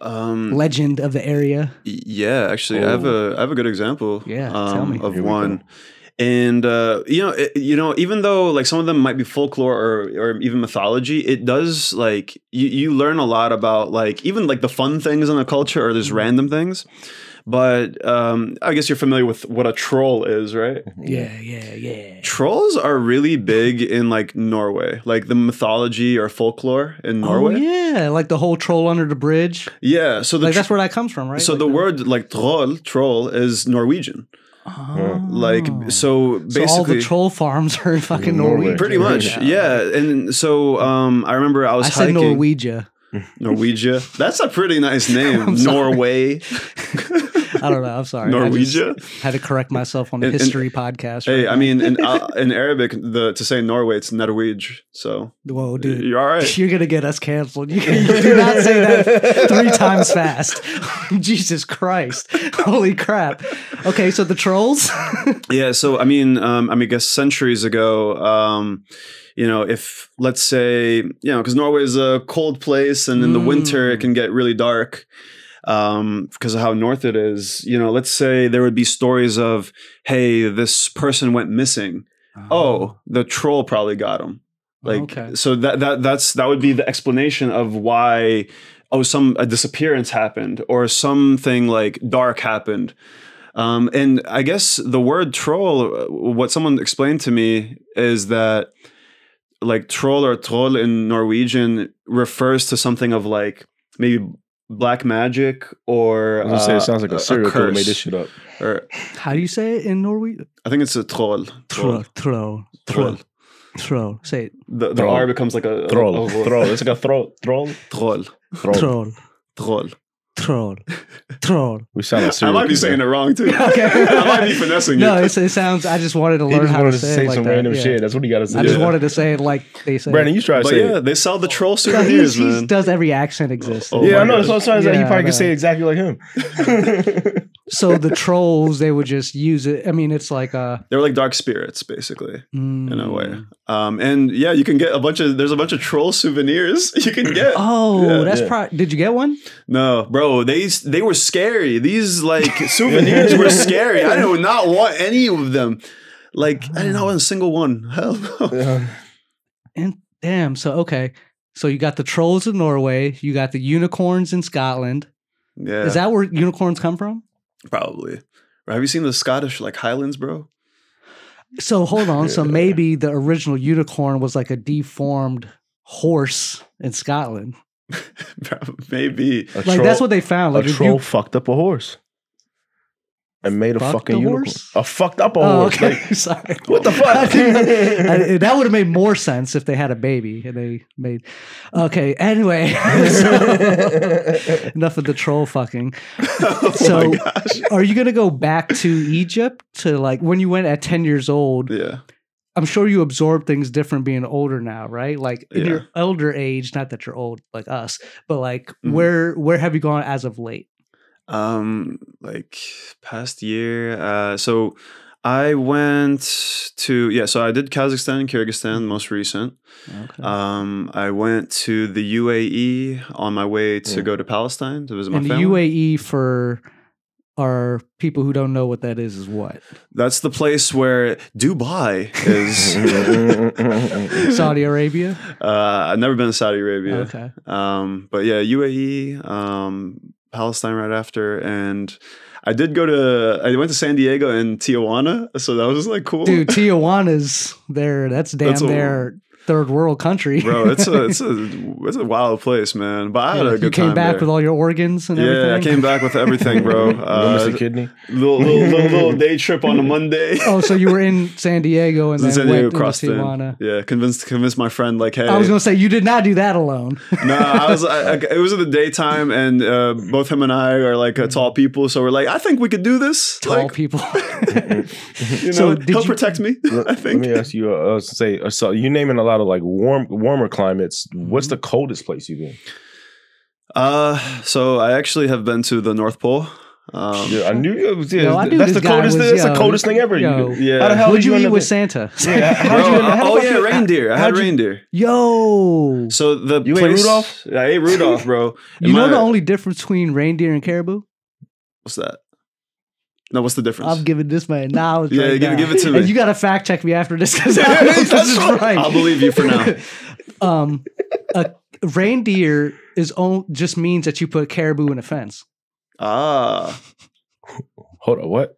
S1: Um,
S4: legend of the area?
S1: yeah, actually, I have a I have a good example.
S4: Oh. Yeah, tell
S1: um,
S4: me.
S1: of
S3: Here we
S1: one. And uh, you know, it, you know, even though like some of them might be folklore or, or even mythology, it does like you, you learn a lot about like even like the fun things in the culture or
S4: Mm-hmm.
S1: just random things. But um, I guess you're familiar with what a troll is, right?
S4: Yeah, yeah, yeah.
S1: Trolls are really big in like Norway, like the mythology or folklore in Norway.
S4: Oh, yeah, like the whole troll under the bridge.
S1: Yeah, so the
S4: Like
S1: tr-
S4: that's where that comes from, right?
S1: so
S4: Like
S1: the word like troll troll is Norwegian.
S4: Oh.
S1: Like so
S4: So
S1: basically
S4: all the troll farms are in fucking
S3: In
S4: Norway.
S3: Norway.
S1: pretty much. Yeah. and so um I remember I was
S4: I said
S1: hiking
S4: Norwegia.
S1: Norwegia. That's a pretty nice name.
S4: I'm sorry.
S1: Norway.
S4: I don't know. I'm sorry. I just-
S1: Norwegia.
S4: had to correct myself on the
S1: And- and-
S4: history podcast.
S1: Hey,
S4: right
S1: I
S4: now.
S1: mean in uh, in Arabic the to say Norway it's Norwege. So
S4: whoa, dude,
S1: you're all right.
S4: you're gonna get us canceled. You, you do not say that three times fast. Jesus Christ, holy crap. Okay, so the trolls.
S1: Yeah, so I mean, um, I mean, I guess centuries ago, um, you know, if let's say, you know, because Norway is a cold place, and in the winter it
S4: Mm.
S1: can get really dark um, because of how north it is. You know, let's say there would be stories of, hey, this person went missing. Oh, the troll probably got him. Like,
S4: Okay.
S1: so that that that's that would be the explanation of why. Oh, some a disappearance happened, or something like dark happened. Um, and I guess the word troll, uh, what someone explained to me is that like troll or troll in Norwegian refers to something of like maybe black magic or
S3: I was gonna say
S1: uh,
S3: it sounds like a serial killer made
S1: curse.
S3: this shit up.
S1: Or,
S4: how do you say it in Norway?
S1: I think it's a troll.
S4: Troll, troll, troll, troll. Say it.
S1: The, the
S3: Troll.
S1: R becomes like a oh. a-
S3: Troll,
S1: a-
S3: troll. It's like a throw, troll,
S1: troll,
S3: troll.
S4: Troll.
S1: troll.
S4: troll, troll.
S3: We sound like
S1: I
S3: serial
S1: might be
S3: killers.
S1: saying it wrong too.
S4: Okay.
S1: I might be finessing
S4: No,
S1: it.
S4: it's, it sounds. I just wanted to
S3: He
S4: learn
S3: just
S4: how
S3: wanted
S4: to say, it like
S3: some
S4: that.
S3: random
S4: yeah.
S3: shit. That's what he got to say.
S4: I just
S1: Yeah.
S4: wanted to say it like they say.
S3: Brandon, you try to
S1: But
S3: say
S1: yeah,
S3: it.
S1: they sell the troll
S4: So he
S1: souvenirs,
S4: he's-
S1: man.
S4: does every accent exist?
S1: Oh,
S3: yeah,
S1: my
S3: I know. That's what I'm
S1: goodness.
S3: saying. is that
S4: Yeah,
S3: he
S4: I
S3: probably
S4: know.
S3: could say it exactly like him.
S4: So the trolls, they would just use it. I mean, it's like a.
S1: They're like dark spirits, basically, in a way.
S4: mm.
S1: Um, and yeah, you can get a bunch of. There's a bunch of troll souvenirs you can get.
S4: Oh,
S1: Yeah,
S4: that's
S3: yeah.
S4: probably. Did you get one?
S1: No, bro, they they were scary. These like souvenirs were scary. I do not want any of them. Like I did not
S4: Oh.
S1: want a single one. Hell no.
S3: Yeah.
S4: And damn. So okay. So you got the trolls in Norway. You got the unicorns in Scotland.
S1: Yeah,
S4: Is that where unicorns come from?
S1: probably. Bro, Have you seen the Scottish like Highlands, bro?
S4: So hold on. So
S3: Yeah.
S4: maybe the original unicorn was like a deformed horse in Scotland.
S1: Bro, Maybe.
S3: A
S4: Like that's what they found. Like
S3: a
S4: if
S3: troll
S4: you-
S3: fucked up a horse and made a
S4: Fucked
S3: fucking
S4: a
S3: unicorn.
S4: horse?
S3: A fucked up a
S4: Oh,
S3: horse.
S4: okay.
S3: Like,
S4: Sorry.
S3: what the
S4: I
S3: fuck?
S4: didn't- I- that would have made more sense if they had a baby and they made. Okay. Anyway, so- enough of the troll fucking.
S1: oh
S4: So-
S1: my gosh.
S4: Are you gonna go back to Egypt to like when you went at ten years old?
S1: Yeah.
S4: I'm sure you absorb things different being older now, right? Like in
S1: Yeah.
S4: your elder age, not that you're old like us, but like
S1: Mhm.
S4: where where have you gone as of late?
S1: Um, like past year. Uh, so I went to yeah. So I did Kazakhstan and Kyrgyzstan,
S4: Mm-hmm.
S1: most recent.
S4: Okay.
S1: Um, I went to the UAE on my way to
S3: Yeah.
S1: go to Palestine to visit Uh, my
S4: and the E
S1: family.
S4: UAE for our people who don't know what that is is what
S1: That's the place where Dubai is.
S4: Saudi Arabia.
S1: Uh, I've never been to Saudi Arabia.
S4: Okay.
S1: Um, but yeah, UAE, um, Palestine right after, and I did go to. I went to San Diego and Tijuana, so that was like cool.
S4: Dude, Tijuana's there. That's damn
S1: That's a-
S4: their third world country.
S1: bro, it's a it's a it's a wild place, man. But I had
S4: Yeah,
S1: a good
S4: you came
S1: time
S4: back
S1: there.
S4: with all your organs and
S1: yeah,
S4: everything.
S1: I came back with everything, bro.
S3: Uh,
S1: Uh,
S3: Mr. Kidney.
S1: little, little, little, little day trip on a Monday.
S4: Oh, so you were in San Diego and
S1: In
S4: then
S1: San
S4: went
S1: Diego,
S4: into
S1: crossed in.
S4: Tijuana.
S1: Yeah, convinced convinced my friend like, hey,
S4: I was gonna say you did not do that alone.
S1: no, I was. I, I, it was in the daytime, and uh, both him and I are like uh, tall people, so we're like, I think we could do this.
S4: Tall
S1: like,
S4: people.
S1: you know,
S4: So did
S1: he'll
S4: you-
S1: protect me.
S3: Let,
S1: I
S3: let
S1: think.
S3: me ask you. Uh, uh, say uh, so. You naming a lot of like warm, warmer climates. What's the coldest place you've been?
S1: Uh, so I actually have been to the North Pole. Um,
S3: Yeah, I knew. It was, yeah,
S4: No, I knew
S3: that's the
S4: this guy
S3: coldest.
S4: was-
S3: thing, that's
S4: yo,
S3: the coldest thing ever. You
S4: yo.
S3: could-
S1: Yeah.
S3: How the hell
S4: Would
S3: did
S4: you
S3: you,
S4: eat
S3: end up
S4: with
S3: in-
S4: Santa?
S3: Yeah, how'd
S1: bro,
S3: you? end- how
S1: oh
S3: the fuck
S1: yeah,
S3: you-
S1: reindeer. I had
S3: how'd you-
S1: reindeer.
S4: Yo,
S1: So the
S3: You ate
S1: place,
S3: Rudolph?
S1: I ate Rudolph, bro.
S4: you
S1: Am
S4: know
S1: I-
S4: the only difference between reindeer and caribou?
S1: what's that? No, what's the difference?
S4: I'm giving this man knowledge.
S1: Yeah,
S4: right
S1: give-
S4: now.
S1: give it to me.
S4: And you got to fact check me after this because I don't know if this is right.
S1: I'll believe you for now.
S4: um, a reindeer is on, just means that you put caribou in a fence.
S1: Ah,
S3: Hold on. What?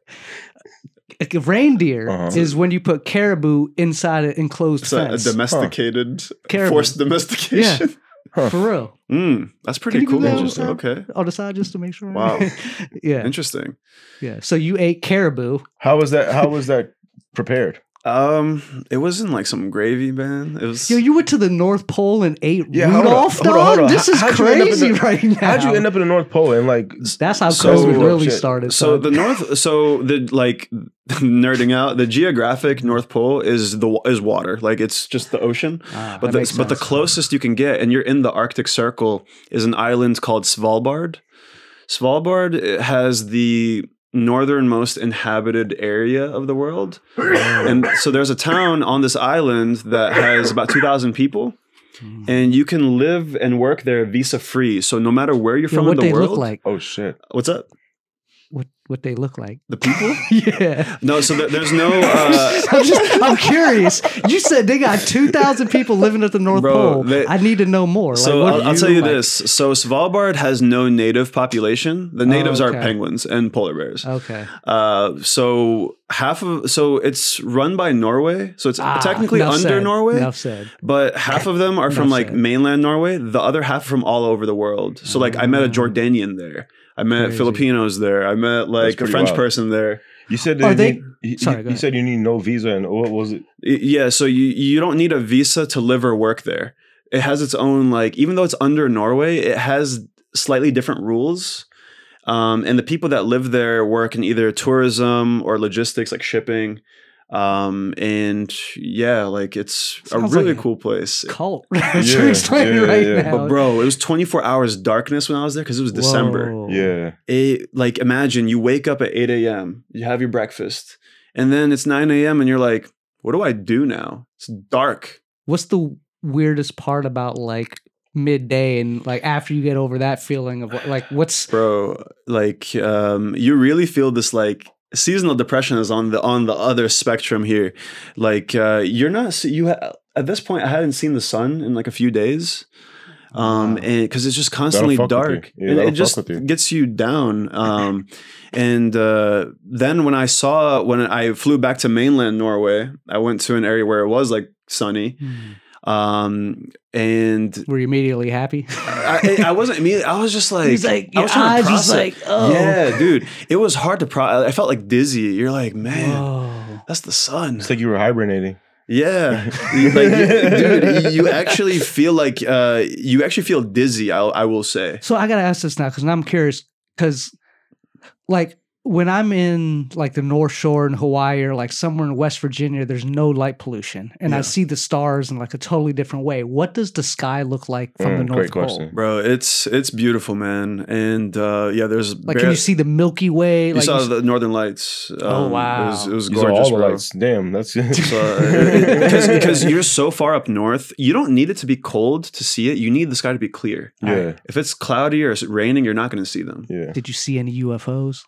S4: Like, a reindeer
S3: Uh-huh.
S4: is when you put caribou inside an enclosed
S1: it's a, a
S4: fence.
S1: domesticated,
S4: Caribou.
S1: forced domestication.
S4: for real,
S1: Mm, that's pretty
S4: you
S1: cool.
S4: Google
S3: that
S1: Interesting.
S4: one
S1: Okay,
S4: on the side just to make sure.
S1: Wow.
S4: yeah,
S1: interesting.
S4: yeah. So you ate caribou.
S3: How was that? How was that prepared?
S1: Um, it wasn't like some gravy, man. It was.
S4: Yo, you went to the North Pole and ate
S3: Yeah, hold on,
S4: Rudolph,
S3: hold on, hold
S4: dog?
S3: on.
S4: This is
S3: How'd you end up in
S4: crazy
S3: the-
S4: right now.
S3: How'd you end up in the North Pole and like?
S4: That's how
S1: So-
S4: COVID really
S3: Shit.
S4: started.
S1: so
S4: son.
S1: the north, so the like nerding out. The geographic North Pole is the is water, like it's just the ocean.
S4: Ah,
S1: But
S4: that
S1: the,
S4: makes
S1: but the
S4: sense.
S1: closest you can get, and you're in the Arctic Circle, is an island called Svalbard. Svalbard eh, has the northernmost inhabited area of the world, and so there's a town on this island that has about two thousand people.
S4: Hmm.
S1: And you can live and work there visa free. So no matter where you're
S4: Yeah,
S1: from
S4: what
S1: in the
S4: they
S1: world,
S4: look like.
S3: Oh shit.
S1: what's up?
S4: What what they look like.
S1: The people?
S4: yeah.
S1: No, so there, there's no uh,
S4: I'm just I'm curious. You said they got two thousand people living at the North
S1: Bro,
S4: Pole.
S1: they-
S4: I need to know more.
S1: So
S4: what
S1: I'll,
S4: do
S1: I'll tell you
S4: like?
S1: this. So Svalbard has no native population. The natives
S4: Oh, okay.
S1: are penguins and polar bears.
S4: Okay.
S1: Uh, so half of so it's run by Norway. So it's
S4: Ah,
S1: technically
S4: enough
S1: under
S4: said.
S1: Norway,
S4: Enough said.
S1: but half of them are from
S4: Enough
S1: like
S4: said.
S1: mainland Norway. The other half from all over the world. So like I met a
S4: Ah.
S1: Jordanian there. I met
S4: Crazy.
S1: Filipinos there. I met like a
S3: pretty
S1: French
S3: wild.
S1: person there.
S3: You said that
S4: Are Oh, they-
S3: you, need- you-
S4: Sorry, go
S3: you, you
S4: ahead.
S3: said you need no visa and oh, what was it?
S1: Y- Yeah, so you you don't need a visa to live or work there. It has its own like even though it's under Norway, it has slightly different rules. Um, and the people that live there work in either tourism or logistics, like shipping. Um, and yeah, like it's
S4: Sounds
S1: a really
S4: like a
S1: cool place.
S4: Cult. That's what
S3: Yeah,
S4: you're explaining
S3: yeah,
S4: right
S3: yeah.
S4: now.
S1: But bro, it was 24 hours darkness when I was there because it was December.
S4: Whoa.
S3: Yeah.
S1: It, like imagine you wake up at 8 a.m., you have your breakfast, and then it's 9 a.m. and you're like, what do I do now? It's dark.
S4: What's the weirdest part about like midday and like after you get over that feeling of like what's
S1: Bro, like um, you really feel this like seasonal depression is on the on the other spectrum here. Like uh, you're not s- you ha- at this point I hadn't seen the sun in like a few days. Um,
S4: Wow.
S1: and because it's just constantly
S3: fuck with you.
S1: dark,
S3: Yeah,
S1: and it
S3: that'll fuck
S1: just
S3: with you.
S1: gets you down. Um, and uh, then when I saw when I flew back to mainland Norway, I went to an area where it was like sunny. Um, and
S4: were you immediately happy?
S1: I, I wasn't immediately. I was just like,
S4: He's like,
S1: I
S4: your
S1: was trying to
S4: eyes was
S1: process-
S4: like, oh.
S1: yeah, dude. It was hard to pro. I felt like dizzy. You're like, man,
S4: Whoa.
S1: that's the sun.
S3: It's like you were hibernating.
S1: Yeah, You- like, you- dude, you actually feel like uh, you actually feel dizzy. I, I will say.
S4: So I gotta ask this now because I'm curious because like when I'm in like the North Shore in Hawaii or like somewhere in West Virginia, there's no light pollution and I
S1: Yeah.
S4: see the stars in like a totally different way. What does the sky look like from the
S3: Mm,
S4: North
S3: great
S4: Pole?
S3: question.
S1: Bro, it's it's beautiful, man, and uh, yeah, there's
S4: Like,
S1: bare-
S4: can you see the Milky Way?
S1: You
S4: like,
S1: saw
S4: you s-
S1: the Northern Lights. Um,
S4: Oh,
S1: it was,
S4: wow.
S1: it was
S3: You saw all
S1: gorgeous,
S3: the
S1: bro.
S3: lights. Damn, that's uh, good.
S1: Because because you're so far up north, you don't need it to be cold to see it. You need the sky to be clear.
S3: yeah,
S1: If it's cloudy or it's raining, you're not going to see them.
S3: yeah.
S4: did you see any UFOs?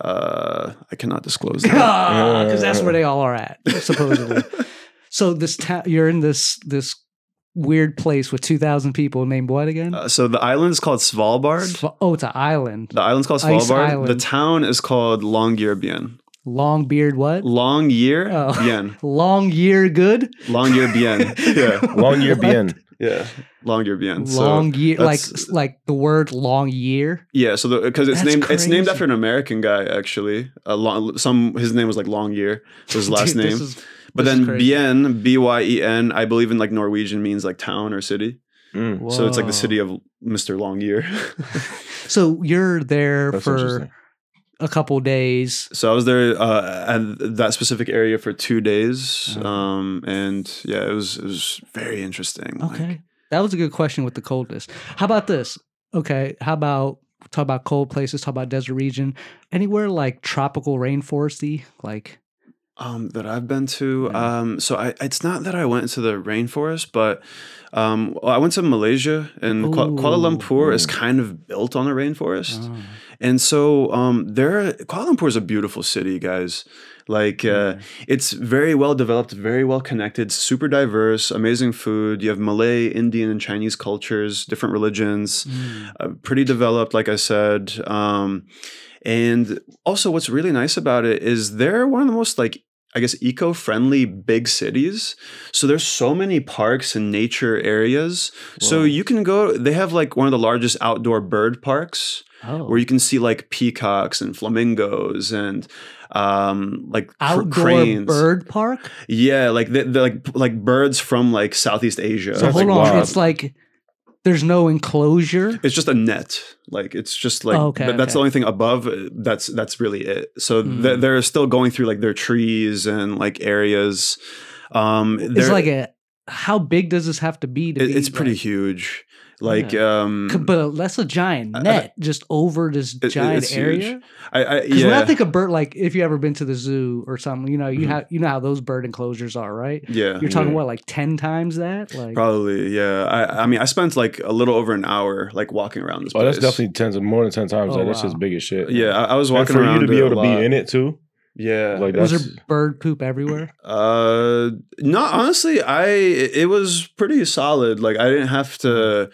S1: Uh, I cannot disclose that.
S4: Because Ah, that's where they all are at, supposedly. so this town, you're in this this weird place with two thousand people named what again?
S1: Uh, so the island is called Svalbard.
S4: Sva- oh, it's an island.
S1: the island's called
S4: Ice
S1: Svalbard. The
S4: Island.
S1: town is called Longyearbyen.
S4: Long beard. What?
S1: Long year
S4: Oh.
S1: bien.
S4: Long year. Good.
S1: Long year bien. Yeah.
S3: Long year bien.
S1: Yeah. Longyearbyen. So
S4: long year. Like
S1: that's-
S4: like the word long year.
S1: yeah, so because it's
S4: That's
S1: named it's named
S4: crazy.
S1: after an American guy actually. A long, some his name was like Long Year, was his last
S4: Dude,
S1: name.
S4: This is,
S1: but
S4: this is
S1: then
S4: crazy.
S1: bien, B Y E N, I believe in like Norwegian means like town or city.
S3: Mm,
S1: So it's like the
S4: Whoa.
S1: city of Mr. Long Year.
S4: So you're there
S3: that's
S4: for
S3: interesting.
S4: a couple days.
S1: So I was there uh, at that specific area for two days,
S4: Oh.
S1: um, and yeah, it was it was very interesting. like-
S4: Okay. That was a good question with the coldness. How about this? Okay. How about talk about cold places, talk about desert region. Anywhere like tropical rainforesty, like
S1: um, that I've been to.
S4: Yeah.
S1: Um, so I, it's not that I went to the rainforest, but um, well, I went to Malaysia, and Kua- Kuala
S4: Ooh.
S1: Lumpur is
S3: Mm.
S1: kind of built on a rainforest.
S4: oh,
S1: And so um, there, Kuala Lumpur is a beautiful city, guys. Like uh, it's very well developed, very well connected, super diverse, amazing food. You have Malay, Indian, and Chinese cultures, different
S4: Mm.
S1: religions, uh, pretty developed, like I said. Um, and also, what's really nice about it is they're one of the most like I guess eco-friendly big cities. So there's so many parks and nature areas. So
S4: Wow.
S1: you can go. They have like one of the largest outdoor bird parks
S4: oh.
S1: where you can see like peacocks and flamingos and um like cr-
S4: outdoor
S1: cranes
S4: bird park.
S1: yeah like they they're like like birds from like southeast asia
S4: So
S3: That's
S4: hold
S3: like
S4: on,
S3: wild.
S4: it's like there's no enclosure.
S1: it's just a net like it's just like
S4: Oh, okay,
S1: th- that's the
S4: okay.
S1: only thing above uh, that's that's really it so th-
S4: Mm.
S1: they're still going through like their trees and like areas um
S4: It's
S1: they're-
S4: like a how big does this have to be to
S1: it-
S4: be
S1: it's pretty
S4: like-
S1: huge like um
S4: c- but that's a giant
S1: I- I-
S4: net just over this
S1: Uh, it-
S4: giant
S1: it's huge.
S4: area.
S1: I, I
S4: Because when I
S1: yeah
S4: think of bird, like if you ever been to the zoo or something, you know you
S1: Mhm.
S4: have you know how those bird enclosures are, right?
S1: Uh, yeah
S4: You're talking
S3: Yeah.
S4: what, like ten times that? Like
S1: Probably, yeah. I, I mean, I spent like a little over an hour like walking around this
S3: Oh,
S1: place.
S3: that's definitely tens more than ten times.
S4: Oh,
S3: that. That's just
S4: wow.
S3: big as shit.
S1: yeah. I, I was
S3: and
S1: walking
S3: for
S1: around
S3: you to be
S1: it a
S3: able to
S1: lot.
S3: be in it too.
S1: yeah.
S3: Like
S4: was
S3: that's
S4: there bird poop everywhere?
S1: uh, no, honestly, I it was pretty solid. Like I didn't have
S3: Mm.
S1: to,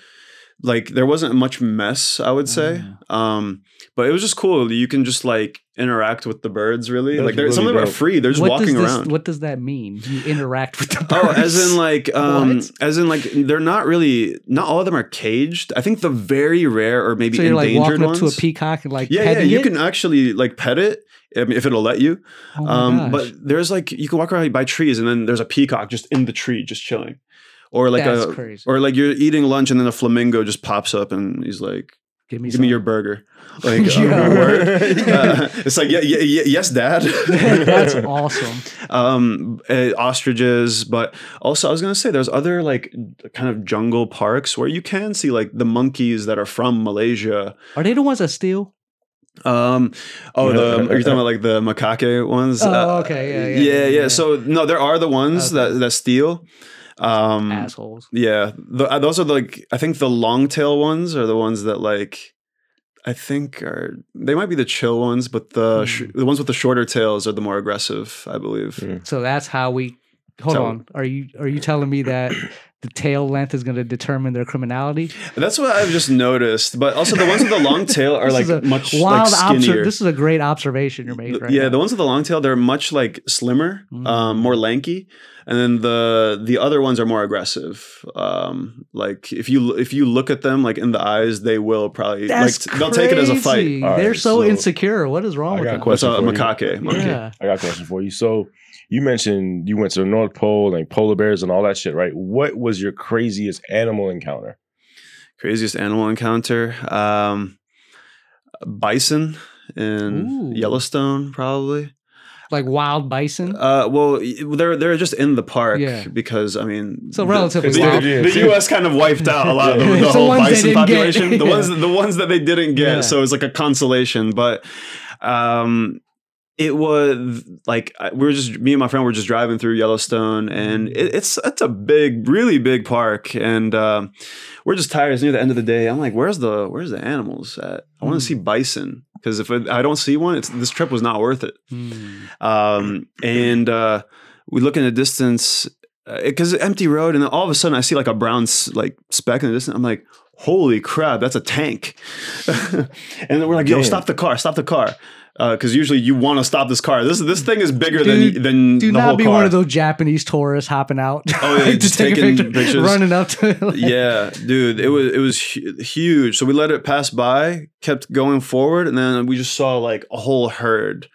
S1: like there wasn't much mess. I would say,
S3: Mm.
S1: um, but it was just cool. You can just like interact with the birds. Really,
S3: That's
S1: like they're,
S3: really
S1: some of them are
S3: dope.
S1: free. They're just
S4: what
S1: walking
S4: does this,
S1: around.
S4: What does that mean? You interact with the birds.
S1: Oh, as in like, um,
S4: What?
S1: as in like, they're not really. Not all of them are caged. I think the very rare or maybe
S4: so you're like
S1: endangered
S4: walking
S1: ones.
S4: up to a peacock and like
S1: yeah, yeah,
S4: petting
S1: you
S4: it?
S1: can actually like pet it I mean, if it'll let you.
S4: Oh my
S1: um,
S4: gosh.
S1: but there's like you can walk around by trees, and then there's a peacock just in the tree, just chilling, or like
S4: that's
S1: a,
S4: crazy.
S1: or like you're eating lunch, and then a flamingo just pops up, and he's like,
S4: Give me,
S1: Give me your
S4: some.
S1: burger. Like, uh,
S4: Yeah.
S1: word. Uh, it's like, yeah, yeah, yeah yes, dad.
S4: That's awesome.
S1: um uh, ostriches but also i was gonna say there's other like kind of jungle parks where you can see like the monkeys that are from malaysia
S4: Are they the ones that steal?
S1: um oh the are you talking about like the macaque ones
S4: Oh,
S1: Uh,
S4: okay, yeah,
S1: yeah
S4: yeah,
S1: yeah,
S4: yeah, yeah.
S1: so no there are the ones
S4: Okay.
S1: that that steal um
S4: Assholes.
S1: yeah the, uh, those are like i think the long tail ones are the ones that like I think are they might be the chill ones, but the sh-
S4: Hmm.
S1: the ones with the shorter tails are the more aggressive, I believe.
S3: Mm.
S4: So that's how we. Hold
S1: So-
S4: on. Are you are you telling me that the tail length is going to determine their criminality?
S1: That's what I've just noticed. But also the ones with the long tail are
S4: This
S1: like
S4: is a
S1: much like
S4: Wild obser-
S1: skinnier.
S4: This is a great observation you're making. Right
S1: yeah,
S4: now.
S1: the ones with the long tail they're much like slimmer, um,
S4: Mm.
S1: more lanky, and then the the other ones are more aggressive. Um, like if you if you look at them like in the eyes, they will probably
S4: That's
S1: like t- they'll take it as a fight.
S4: crazy.
S3: All
S4: They're
S3: right,
S4: so,
S3: so
S4: insecure. What is wrong
S3: I
S4: with
S3: got a
S4: them?
S1: What's
S3: Question
S1: a
S3: for you.
S1: macaque? monkey.
S4: Yeah.
S3: I got a question for you. So you mentioned you went to the North Pole and polar bears and all that shit, right? What was your craziest animal encounter?
S1: Craziest animal encounter. Um, bison in
S4: Ooh.
S1: Yellowstone, probably.
S4: Like wild bison.
S1: Uh, well, y- they're they're just in the park
S4: Mm-hmm. Yeah.
S1: because I mean,
S4: So
S1: the-
S4: relatively
S1: the,
S3: wild.
S1: the- the U.S. kind of wiped out a lot of
S4: Yeah.
S1: the,
S4: The
S1: whole
S4: ones they
S1: bison
S4: didn't get.
S1: population. The
S4: Yeah.
S1: ones the ones that they didn't get.
S4: Yeah.
S1: So it's like a consolation, but um. It was like I- we were just me and my friend were just driving through Yellowstone, and it, it's it's a big, really big park, and um, we're just tired. It's near the end of the day. I'm like, where's the where's the animals at? I want to
S4: Mm.
S1: see bison because if I, I don't see one, it's, this trip was not worth it
S4: Hmm.
S1: um, and uh, we look in the distance uh, because empty road, and then all of a sudden I see like a brown s- like speck in the distance. I'm like, holy crap, that's a tank! and then we're like, yo,
S3: Damn.
S1: stop the car, stop the car, because usually you want to stop this car. This this thing is bigger than
S4: Dude,
S1: than
S4: Do
S1: the whole
S4: not be
S1: car.
S4: one of those Japanese tourists hopping out
S1: Oh, yeah,
S4: to
S1: just
S4: take a
S1: taking
S4: picture,
S1: pictures.
S4: running up to. like-
S1: yeah, dude, it was it was hu- huge. So we let it pass by, kept going forward, and then we just saw like a whole herd.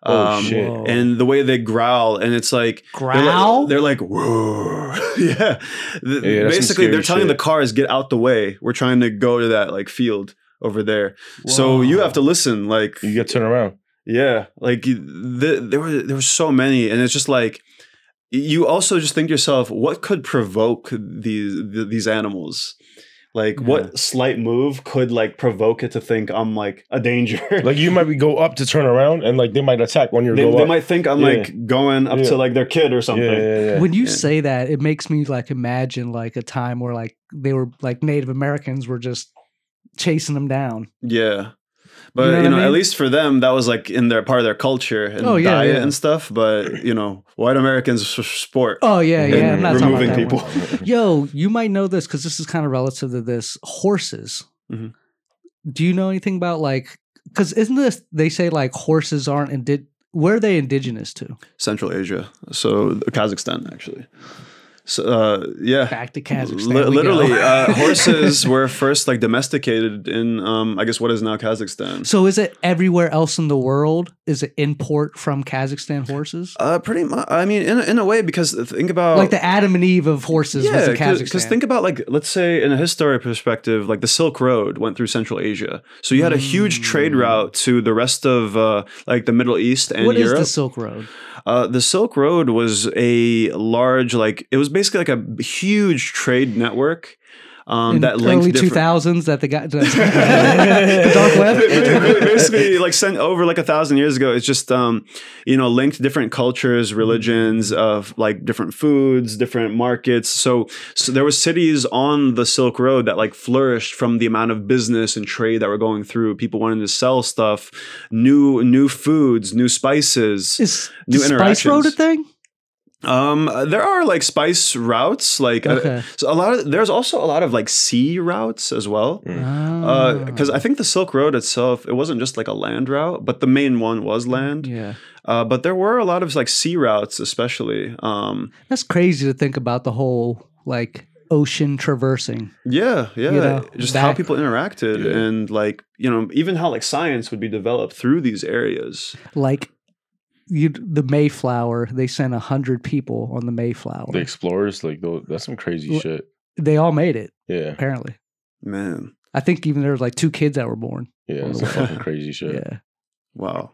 S3: Oh,
S1: Um,
S3: shit.
S4: Whoa.
S1: And the way they growl, and it's like They're like-
S4: growl.
S1: They're like, whoa. yeah. The-
S3: Yeah, that's some
S1: basically, they're
S3: scary
S1: telling
S3: shit.
S1: the cars, get out the way. We're trying to go to that like field over there. So you have to listen. Like,
S3: You got to turn around.
S1: yeah, like you- the, there were there were so many, and it's just like you also just think to yourself, what could provoke these th- these animals? Like,
S4: Yeah.
S1: what slight move could like provoke it to think I'm like a danger?
S3: Like you might be go up to turn around and like they might attack when you're
S1: they,
S3: go
S1: they
S3: up.
S1: might think I'm
S3: Yeah.
S1: like going up
S3: Yeah.
S1: to like their kid or
S3: yeah,
S1: something.
S3: yeah, yeah.
S4: when you
S1: Yeah.
S4: say that, it makes me like imagine like a time where like they were like Native Americans were just chasing them down.
S1: Yeah. But you
S4: know
S1: know,
S4: what
S1: at
S4: I mean?
S1: least for them, that was like in their part of their culture and
S4: Oh, yeah,
S1: diet
S4: yeah.
S1: and stuff. But you know, white Americans s- sport.
S4: Oh yeah, yeah. I'm not talking about
S1: removing
S4: that one.
S1: people.
S4: Yo, you might know this because this is kind of relative to this horses.
S1: Mhm.
S4: Do you know anything about like? Because isn't this they say like horses aren't indi- where are they indigenous to?
S1: Central Asia, so Kazakhstan actually. So uh, yeah,
S4: Back to
S1: Li-
S4: Kazakhstan. we go.
S1: literally, uh, horses were first like domesticated in um, I guess what is now Kazakhstan.
S4: so is it everywhere else in the world? Is it import from Kazakhstan horses?
S1: uh, pretty much. I mean, in a, in a way, because think about
S4: like the Adam and Eve of horses was in Kazakhstan.
S1: because think about like let's say in a historic perspective, like the Silk Road went through Central Asia, so you had a huge trade
S4: Mm.
S1: route to the rest of uh, like the Middle East and
S4: what is
S1: Europe.
S4: the Silk Road?
S1: uh, the Silk Road was a large, like it was basically like a huge trade network um,
S4: in
S1: that linked
S4: early two
S1: different.
S4: thousands that the guy the dark web.
S1: basically like sent over like a thousand years ago it's just um you know linked different cultures religions of like different foods different markets so, so there were cities on the silk road that like flourished from the amount of business and trade that were going through people wanted to sell stuff new new foods new spices
S4: Is
S1: New
S4: the Spice Road a
S1: interactions.
S4: thing?
S1: um there are like spice routes like uh,
S4: Okay.
S1: so a lot of there's also a lot of like sea routes as well because
S4: Ah.
S1: Mm. Uh, I think the Silk Road itself, it wasn't just like a land route, but the main one was land.
S4: Mm, yeah,
S1: Uh, but there were a lot of like sea routes, especially. Um,
S4: that's crazy to think about the whole like ocean traversing.
S1: yeah, yeah,
S4: know,
S1: just how
S4: back-
S1: people interacted
S3: Yeah.
S1: and like you know even how like science would be developed through these areas.
S4: Like you, the Mayflower. They sent a hundred people on the Mayflower.
S3: The explorers, like tho- that's some crazy
S4: Wh-
S3: shit.
S4: They all made it
S3: Yeah.
S4: apparently.
S1: Man,
S4: I I think even there was like two kids that were born.
S3: Yeah, it's some fucking crazy shit.
S4: Yeah.
S1: Wow,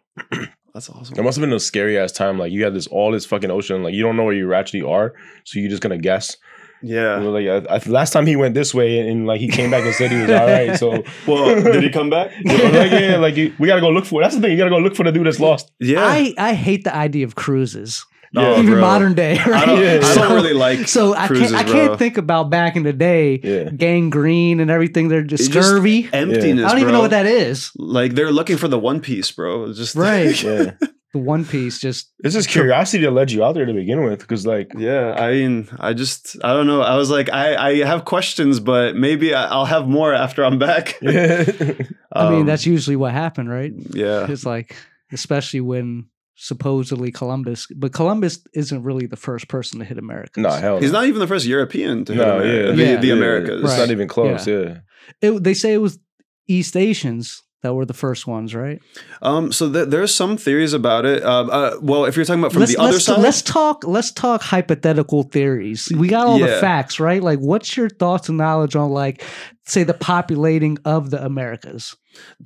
S1: that's awesome.
S3: It must have been a scary ass time. Like you had this all this fucking ocean. Like you don't know where you actually are, so you're just gonna guess.
S1: yeah.
S3: Well, like I, I, last time he went this way, and, like he came back and said he was all right. So
S1: Well, did he come back?
S3: like yeah, like you, we gotta go look for. That's the thing. You gotta go look for the dude that's lost.
S1: Yeah.
S4: I, I hate the idea of cruises.
S1: Oh,
S4: even
S1: bro.
S4: modern day, right?
S1: I don't,
S3: Yeah.
S1: I don't really like
S4: so I
S1: cruises,
S4: can't I
S1: bro.
S4: can't think about back in the day
S3: Yeah.
S4: gangrene and everything. They're just
S1: It's just
S4: scurvy.
S1: emptiness.
S4: I don't even know
S1: bro.
S4: what that is.
S1: Like they're looking for the One Piece, bro. It's Just
S4: Right.
S3: Yeah,
S4: The One Piece just
S3: it's just curiosity that led you out there to begin with. Because like
S1: Yeah, I mean, I just, I don't know. I was like, I, I have questions, but maybe I- I'll have more after I'm back.
S3: yeah,
S4: I mean
S1: Um,
S4: that's usually what happened, right?
S1: yeah,
S4: It's like especially when supposedly Columbus, but Columbus isn't really the first person to hit America.
S3: nah, hell,
S1: he's
S3: no.
S1: not even the first European to hit
S3: No,
S1: America,
S3: yeah.
S1: the,
S4: Yeah.
S1: the
S3: Yeah,
S1: Americas.
S3: It's
S4: Right.
S3: not even close. Yeah,
S4: It, they say it was East Asians that were the first ones, right?
S1: Um, so th- there's some theories about it. Um, uh, well, if you're talking about from
S4: let's,
S1: the other
S4: let's,
S1: side,
S4: let's talk. Let's talk hypothetical theories. We got all the
S1: Yeah.
S4: facts, right? Like, what's your thoughts and knowledge on, like, say, the populating of the Americas?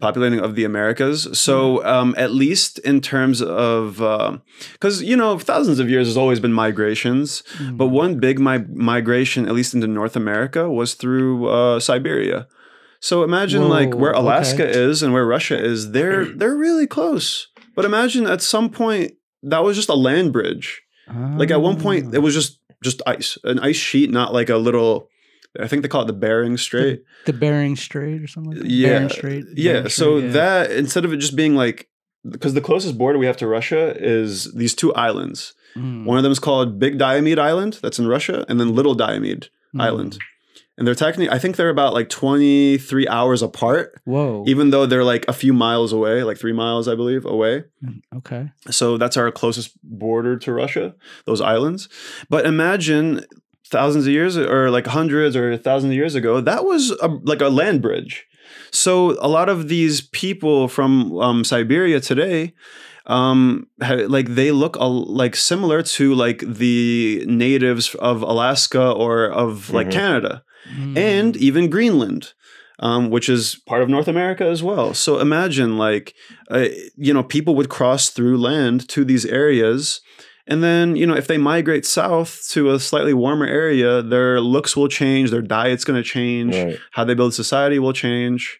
S1: populating of the Americas.
S4: Mm-hmm.
S1: So um, at least in terms of, because you know, thousands of years has always been migrations, but one big mi- migration, at least into North America, was through uh, Siberia. So imagine like
S4: Whoa,
S1: where Alaska
S4: okay.
S1: is and where Russia is. They're they're really close. But imagine at some point that was just a land bridge.
S4: Hmm.
S1: Like at one
S4: Ah.
S1: point
S4: Mm.
S1: it was just just ice, an ice sheet, not like a little. I think they call it the Bering Strait.
S4: the Bering Strait or something. Like that?
S1: Yeah,
S4: Bering Strait.
S1: Yeah.
S4: Bering
S1: so
S4: Strait, yeah.
S1: that instead of it just being like because the closest border we have to Russia is these two islands.
S4: Mm,
S1: One of them is called Big Diomede Island, that's in Russia, and then Little Diomede
S4: mm.
S1: island. And they're technically, I think they're about like 23 hours apart,
S4: Whoa.
S1: even though they're like a few miles away, like three miles, I believe, away.
S4: Hmm, okay.
S1: So that's our closest border to Russia, those islands. But imagine thousands of years or like hundreds or thousands of years ago, that was a, like a land bridge. So a lot of these people from um, Siberia today, um, ha- like they look a- like similar to like the natives of Alaska or of like
S3: Mhm.
S1: Canada
S4: Mm.
S1: and even Greenland, um, which is part of North America as well. So imagine, like, uh, you know, people would cross through land to these areas. And then, you know, if they migrate south to a slightly warmer area, their looks will change, their diet's going to change,
S3: Right.
S1: how they build society will change.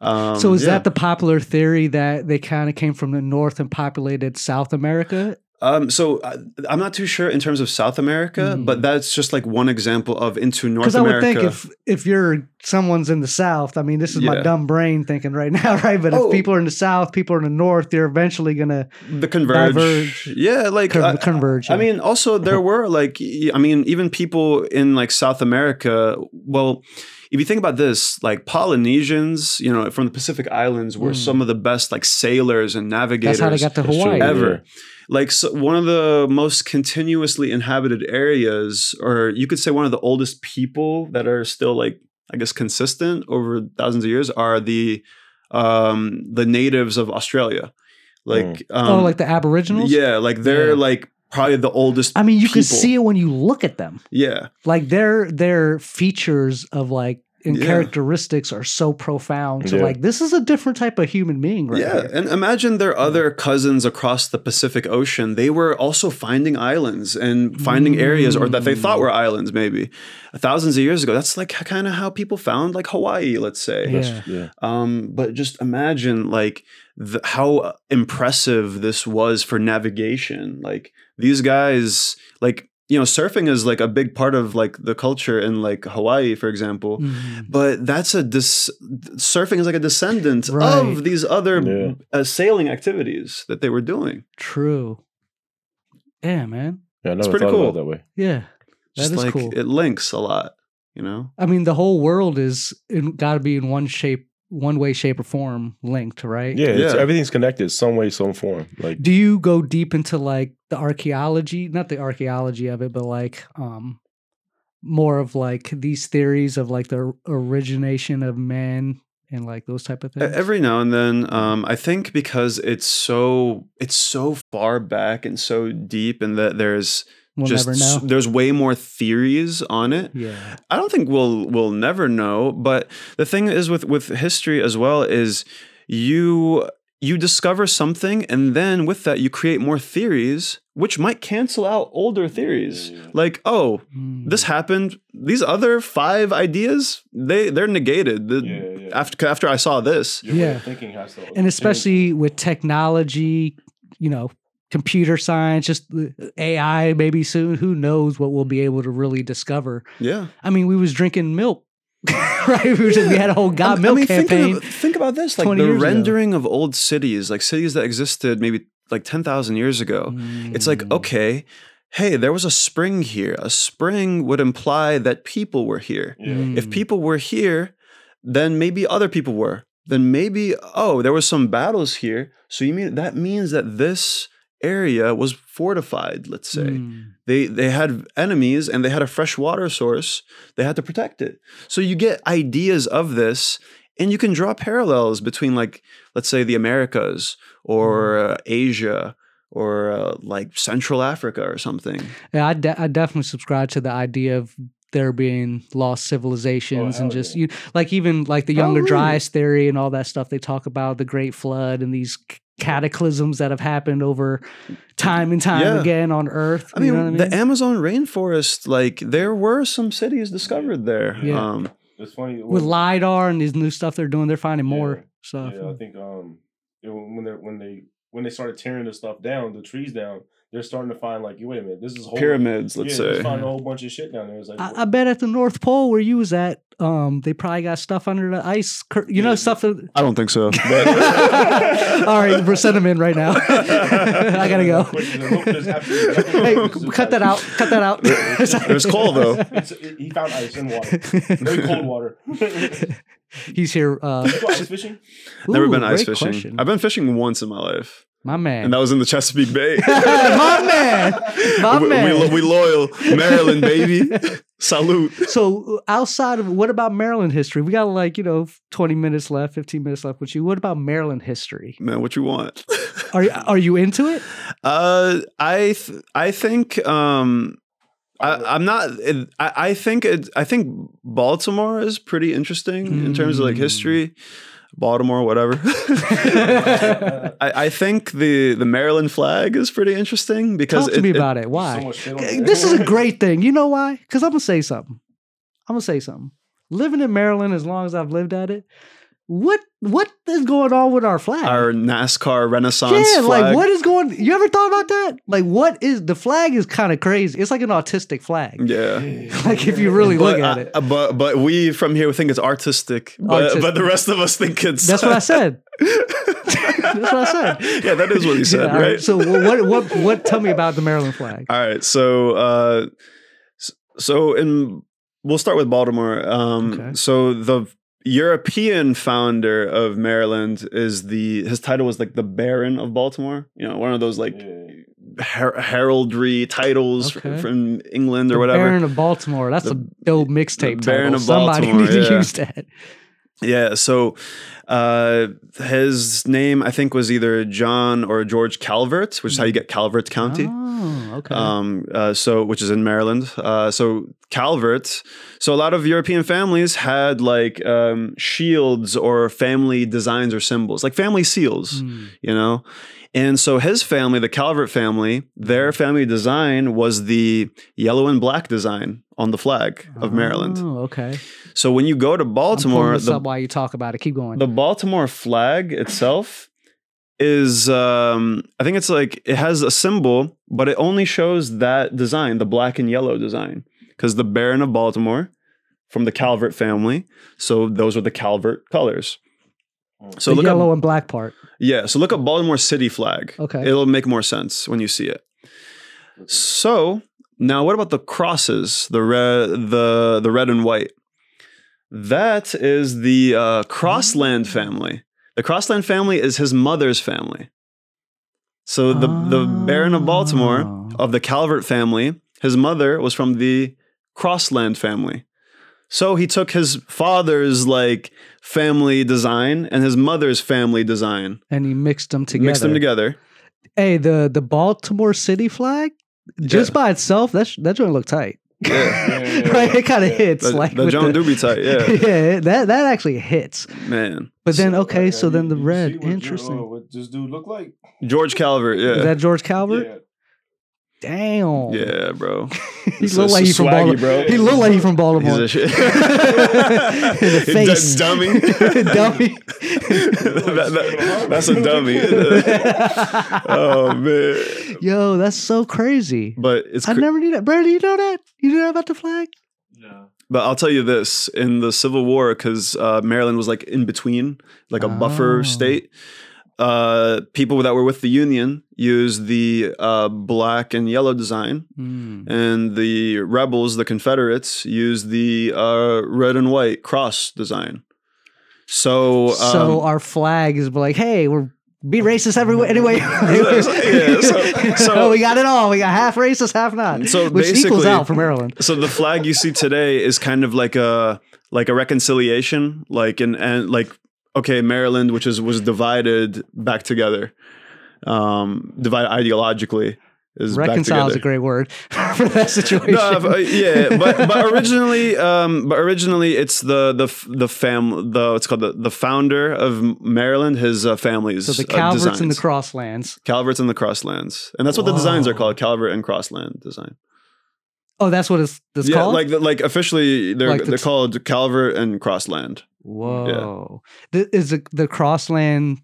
S1: Um,
S4: so is
S1: yeah.
S4: that the popular theory that they kind of came from the north and populated South America?
S1: Um, so I, I'm not too sure in terms of South America,
S4: Mm.
S1: but that's just like one example of into North
S4: Because I would
S1: America.
S4: think if if you're someone's in the South, I mean, this is my
S1: Yeah.
S4: dumb brain thinking right now, right? But
S1: Oh.
S4: if people are in the South, people are in the North, they're eventually gonna
S1: the converge,
S4: Diverge.
S1: yeah, like
S4: con-
S1: I-
S4: converge.
S1: I mean, also there were like, y- I mean, even people in like South America. Well, if you think about this, like Polynesians, you know, from the Pacific Islands, were
S4: Mm.
S1: some of the best like sailors and navigators
S4: that's how they got to
S3: That's true.
S4: Hawaii.
S1: Ever. like so one of the most continuously inhabited areas, or you could say one of the oldest people that are still like, I guess, consistent over thousands of years are the um, the natives of Australia, like um,
S4: oh, like the Aboriginals.
S1: yeah, like they're
S4: Yeah.
S1: like probably the oldest.
S4: I mean, you can
S1: people.
S4: see it when you look at them.
S1: Yeah.
S4: Like their their features of like and
S1: Yeah.
S4: characteristics are so profound. So
S3: Yeah.
S4: like this is a different type of human being, right?
S1: yeah.
S4: here.
S1: And imagine their other cousins across the Pacific Ocean. They were also finding islands and finding areas or that they thought were islands, maybe thousands of years ago. That's like kind of how people found like Hawaii, let's say.
S4: Yeah.
S3: That's- yeah.
S1: Um, but just imagine like the, how impressive this was for navigation. Like these guys, like, you know, surfing is like a big part of like the culture in like Hawaii, for example.
S4: Mhm.
S1: but that's a dis- surfing is like a descendant
S4: Right.
S1: of these other
S3: Yeah.
S1: uh, sailing activities that they were doing.
S4: True. Yeah, man.
S3: Yeah, I never
S1: pretty
S3: thought
S1: cool.
S3: about it that way.
S4: Yeah. That
S1: Just
S4: is
S1: like
S4: cool.
S1: it links a lot, you know.
S4: I mean, the whole world is got to be in one shape, one way, shape, or form linked, right?
S3: Yeah, It's,
S1: Yeah.
S3: everything's connected some way, some form. Like
S4: Do you go deep into like the archaeology, not the archaeology of it, but like um more of like these theories of like the origination of man and like those type of
S1: E-
S4: things?
S1: Every now and then, um, I think because it's so it's so far back and so deep, and that there's
S4: We'll
S1: just
S4: never
S1: s-
S4: know.
S1: there's way more theories on it.
S4: yeah.
S1: I don't think we'll we'll never know. But the thing is with with history as well is you you discover something and then with that you create more theories which might cancel out older theories. Like oh
S4: Mm.
S1: this happened. These other five ideas they they're negated. The,
S3: Yeah, yeah.
S1: After after I saw this,
S3: Your way
S4: Yeah.
S3: of thinking has to always
S4: and
S3: change.
S4: especially with technology, you know, computer science, just the AI maybe soon. Who knows what we'll be able to really discover?
S1: yeah.
S4: I mean, we was drinking milk, right? We, was- we had a whole
S1: I
S4: God
S1: mean-
S4: Milk
S1: I mean, think of-
S4: campaign.
S1: Think, about this, like
S4: 20
S1: the
S4: years ago.
S1: rendering of old cities, like cities that existed maybe like ten thousand years ago. It's like,
S4: Mm.
S1: okay, hey, there was a spring here. A spring would imply that people were here.
S3: Yeah.
S1: If
S4: Mm.
S1: people were here, then maybe other people were. Then maybe, oh, there was some battles here. So you mean that means that this area was fortified, let's say.
S4: Mm.
S1: They they had enemies and they had a fresh water source. They had to protect it. So you get ideas of this and you can draw parallels between like let's say the Americas or
S4: Mm-hmm.
S1: uh, Asia or uh, like Central Africa or something.
S4: Yeah, I, de- I definitely subscribe to the idea of there being lost civilizations
S3: Oh, hell
S4: and just
S3: yeah.
S4: you like even like the
S1: Oh,
S4: younger
S1: really?
S4: dryas theory and all that stuff they talk about the great flood and these c- cataclysms that have happened over time and time
S1: Yeah.
S4: again on earth
S1: I mean,
S4: you know what I mean?
S1: the Amazon rainforest like there were some cities discovered there.
S4: Yeah.
S1: Um
S3: It's funny
S4: with
S3: when-
S4: lidar and these new stuff they're doing they're finding
S3: Yeah.
S4: more stuff
S3: Yeah, I think um, it, when when they when they when they started tearing the stuff down, the trees down, they're starting to find like, you wait a minute, this is whole
S1: pyramids, let's
S3: yeah, they
S1: say.
S3: find a whole bunch of shit down there. It's like,
S4: I, I bet at the north pole where you was at um they probably got stuff under the ice cur- you know
S3: Yeah.
S4: stuff that
S1: I don't think so.
S4: All right, we're sending him in right now. I gotta go. hey, cut that out. Cut that out.
S1: It was cold, though.
S3: It's, it, he found ice and water, very cold water. You
S4: He's here. Uh,
S3: go ice fishing?
S1: Never
S4: ooh,
S1: been ice
S4: great
S1: fishing.
S4: question.
S1: I've been fishing once in my life,
S4: My man.
S1: and that was in the Chesapeake Bay.
S4: My man. My
S1: we,
S4: man.
S1: we, lo- we loyal Maryland baby. Salute.
S4: so outside of what about Maryland history? We got like you know twenty minutes left, fifteen minutes left with you. What about Maryland history?
S1: Man, what you want?
S4: Are are you into it?
S1: Uh, I th- I think um I, I'm not. It, I, I think it. I think Baltimore is pretty interesting in terms of like
S4: Mm.
S1: history. Baltimore, whatever. I, I think the the Maryland flag is pretty interesting because
S4: Talk to
S1: it-
S4: me
S1: it-
S4: about it. Why?
S3: So much shit on there.
S4: this is a great thing. You know why? Because I'm gonna say something. I'm gonna say something. Living in Maryland as long as I've lived at it, what what is going on with our flag?
S1: our NASCAR Renaissance
S4: yeah,
S1: flag.
S4: like what is going? You ever thought about that? Like, what is the flag? Is kind of crazy. It's like an autistic flag.
S1: Yeah.
S4: Like if you really look
S1: but,
S4: at
S1: I-
S4: it,
S1: uh, but but we from here think it's artistic, but but
S4: Artistic.
S1: the rest of us think it's
S4: that's what I said. that's what I said.
S1: yeah, that is what he said,
S4: Yeah, all
S1: right?
S4: So wh- what what what? Tell me about the Maryland flag.
S1: All right. So, uh, s- so in we'll start with Baltimore. Um,
S4: Okay.
S1: So the European founder of Maryland is the his title was like the Baron of Baltimore. You know, one of those like
S3: Yeah.
S1: her- heraldry titles fr-
S4: Okay.
S1: from England or
S4: The
S1: whatever.
S4: Baron of Baltimore. That's
S1: The-
S4: a dope mixtape
S1: the Baron
S4: title.
S1: of
S4: Somebody
S1: Baltimore,
S4: need to
S1: yeah.
S4: use that.
S1: Yeah. So uh, his name, I think, was either John or George Calvert, which is how you get Calvert County.
S4: Oh, okay.
S1: Um, uh, so which is in Maryland. Uh, so Calvert. So a lot of European families had like um, shields or family designs or symbols, like family seals,
S4: Mm.
S1: you know. And so his family, the Calvert family, their family design was the yellow and black design on the flag of Maryland.
S4: Oh, okay.
S1: So when you go to
S4: Baltimore.
S1: Baltimore,
S4: This
S1: the
S4: up while you talk about it. Keep going.
S1: the Baltimore flag itself is um I think it's like it has a symbol, but it only shows that design, the black and yellow design. Because the Baron of Baltimore from the Calvert family. So those are the Calvert colors. So
S4: the
S1: look
S4: yellow
S1: up,
S4: and black part.
S1: yeah, so look up Baltimore City flag.
S4: Okay.
S1: It'll make more sense when you see it. So now, what about the crosses? The red, the the red and white. That is the uh, Crossland family. The Crossland family is his mother's family. So the the Baron of Baltimore
S4: Oh.
S1: of the Calvert family, his mother was from the Crossland family. So he took his father's like family design and his mother's family design,
S4: and he mixed them together.
S1: mixed them together.
S4: Hey, the the Baltimore City flag Just by itself, that sh- that joint looked tight.
S1: Yeah.
S2: Yeah, yeah, yeah.
S4: Like, it kind of
S2: Yeah.
S4: hits.
S1: That,
S4: like
S1: that
S4: with
S1: John
S4: the-
S1: do be tight. Yeah,
S4: yeah, that that actually hits.
S1: man.
S4: But then okay,
S3: like,
S4: so
S3: have
S4: then
S3: you-
S4: the
S3: you see
S4: red,
S3: what Drew-
S4: interesting.
S3: uh, what this dude look like?
S1: George Calvert.
S4: Is
S1: Yeah,
S4: that George Calvert?
S3: Yeah.
S4: Damn.
S1: yeah, bro.
S4: he
S1: It's
S4: looked
S1: a
S4: like he from
S1: swaggy,
S4: Baltimore.
S1: bro.
S4: He looked like he from
S1: He's
S4: Baltimore.
S1: a shit.
S4: the
S1: D-
S4: face.
S1: dummy.
S4: Dummy.
S1: That- that- that's a dummy. oh man.
S4: Yo, that's so crazy.
S1: But it's
S4: I
S1: cr-
S4: never knew that. Brandon, you know that? You knew that about the flag?
S2: No.
S1: But I'll tell you this: in the Civil War, because uh, Maryland was like in between, like a
S4: Oh.
S1: buffer state, uh, people that were with the Union used the uh, black and yellow design, Hmm. and the rebels, the Confederates, used the uh, red and white cross design. So, um,
S4: so our flag is like, hey, we're be racist everywhere anyway.
S1: Oh. Yeah, so- so-
S4: we got it all. We got half racist, half not.
S1: um, So
S4: uh, which equals
S1: basically-
S4: out for Maryland.
S1: so the flag you see today is kind of like a like a reconciliation, like an and like okay, Maryland, which is was divided back together, um, divided ideologically, is
S4: Reconcile
S1: back
S4: is a
S1: together.
S4: great word for that situation.
S1: No, if- uh, yeah, but but originally, um, but originally, it's the the f- the fam the it's called the the founder of Maryland, his uh, family's
S4: so the
S1: uh,
S4: Calverts and the
S1: designs.
S4: Crosslands.
S1: Calverts and the Crosslands, and that's what the designs are
S4: Whoa.
S1: called, Calvert and Crossland design.
S4: Oh, that's what it's that's
S1: yeah,
S4: called.
S1: like the, like officially they're
S4: Like the
S1: they're
S4: t-
S1: called Calvert and Crossland.
S4: Whoa. Th- is the, the Crossland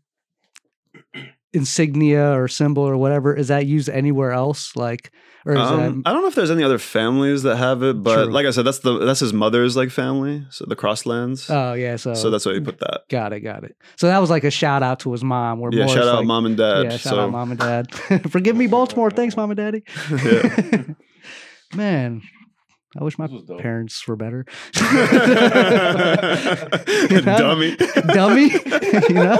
S4: insignia or symbol or whatever, is that used anywhere else? Like, or is
S1: Um, I don't know if there's any other families that have it, but
S4: True.
S1: like I said, that's the that's his mother's like family, so the Crosslands.
S4: that? Oh, yeah. So,
S1: so that's why he put that.
S4: got it, got it. So that was like a shout out to his mom. Where
S1: Yeah,
S4: more
S1: shout
S4: it's
S1: out
S4: like,
S1: mom and dad.
S4: Yeah, shout
S1: so
S4: out mom and dad. Forgive me, Baltimore. Thanks, mom and daddy.
S1: yeah.
S4: Man, I wish my
S3: This was dope.
S4: parents were better.
S1: dummy.
S4: dummy. you know,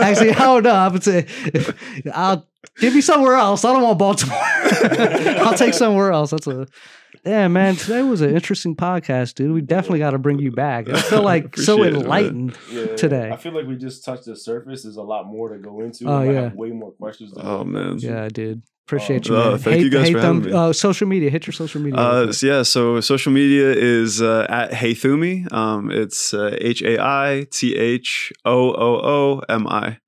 S4: actually, I don't know. I would say, I'll give me somewhere else. I don't want Baltimore. I'll take somewhere else. That's a yeah, man. Today was an interesting podcast, dude. We definitely got to bring you back. I feel like so
S1: Appreciate it, man.
S4: enlightened.
S3: Yeah,
S4: Today.
S3: I feel like we just touched the surface. There's a lot more to go into.
S4: Oh,
S3: I
S4: yeah.
S3: have way more questions. to go
S1: Oh man.
S4: yeah, dude. Appreciate
S1: Oh,
S4: you. Man.
S1: thank you guys for having me.
S4: Uh, social media. Hit your social media. real
S1: Uh,
S4: quick.
S1: so yeah, so social media is uh, at Haythumi. Um, it's uh, H A I T H O O O M I,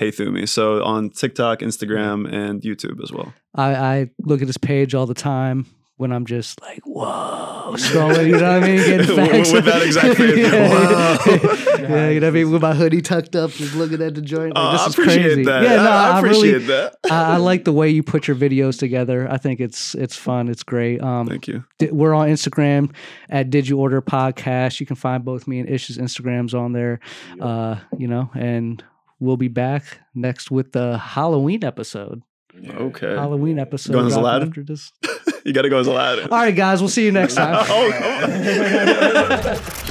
S1: Haythumi. So on TikTok, Instagram, and YouTube as well.
S4: I, I look at his page all the time when I'm just like, whoa, scrolling, you know what I mean? Getting
S1: With-
S4: facts.
S1: with that exact face,
S4: yeah.
S1: whoa.
S4: yeah, you know what I mean? With my hoodie tucked up, just looking at the joint. Like,
S1: Uh,
S4: this
S1: I
S4: is
S1: appreciate
S4: crazy.
S1: that.
S4: Yeah, no,
S1: I,
S4: I,
S1: appreciate
S4: really,
S1: that.
S4: I, I like the way you put your videos together. I think it's it's fun. It's great. Um,
S1: Thank you.
S4: di- we're on Instagram at Did You Order Podcast. You can find both me and Ish's Instagrams on there.
S3: into.
S4: Uh, you know, and we'll be back next with the Halloween episode.
S3: Yeah.
S1: Okay.
S4: Halloween episode.
S1: Going as
S4: dropping
S1: Aladdin?
S4: after this. Oh,
S1: You got to go as Oh, Aladdin.
S4: All right, guys. We'll see you next time.
S1: oh, come on.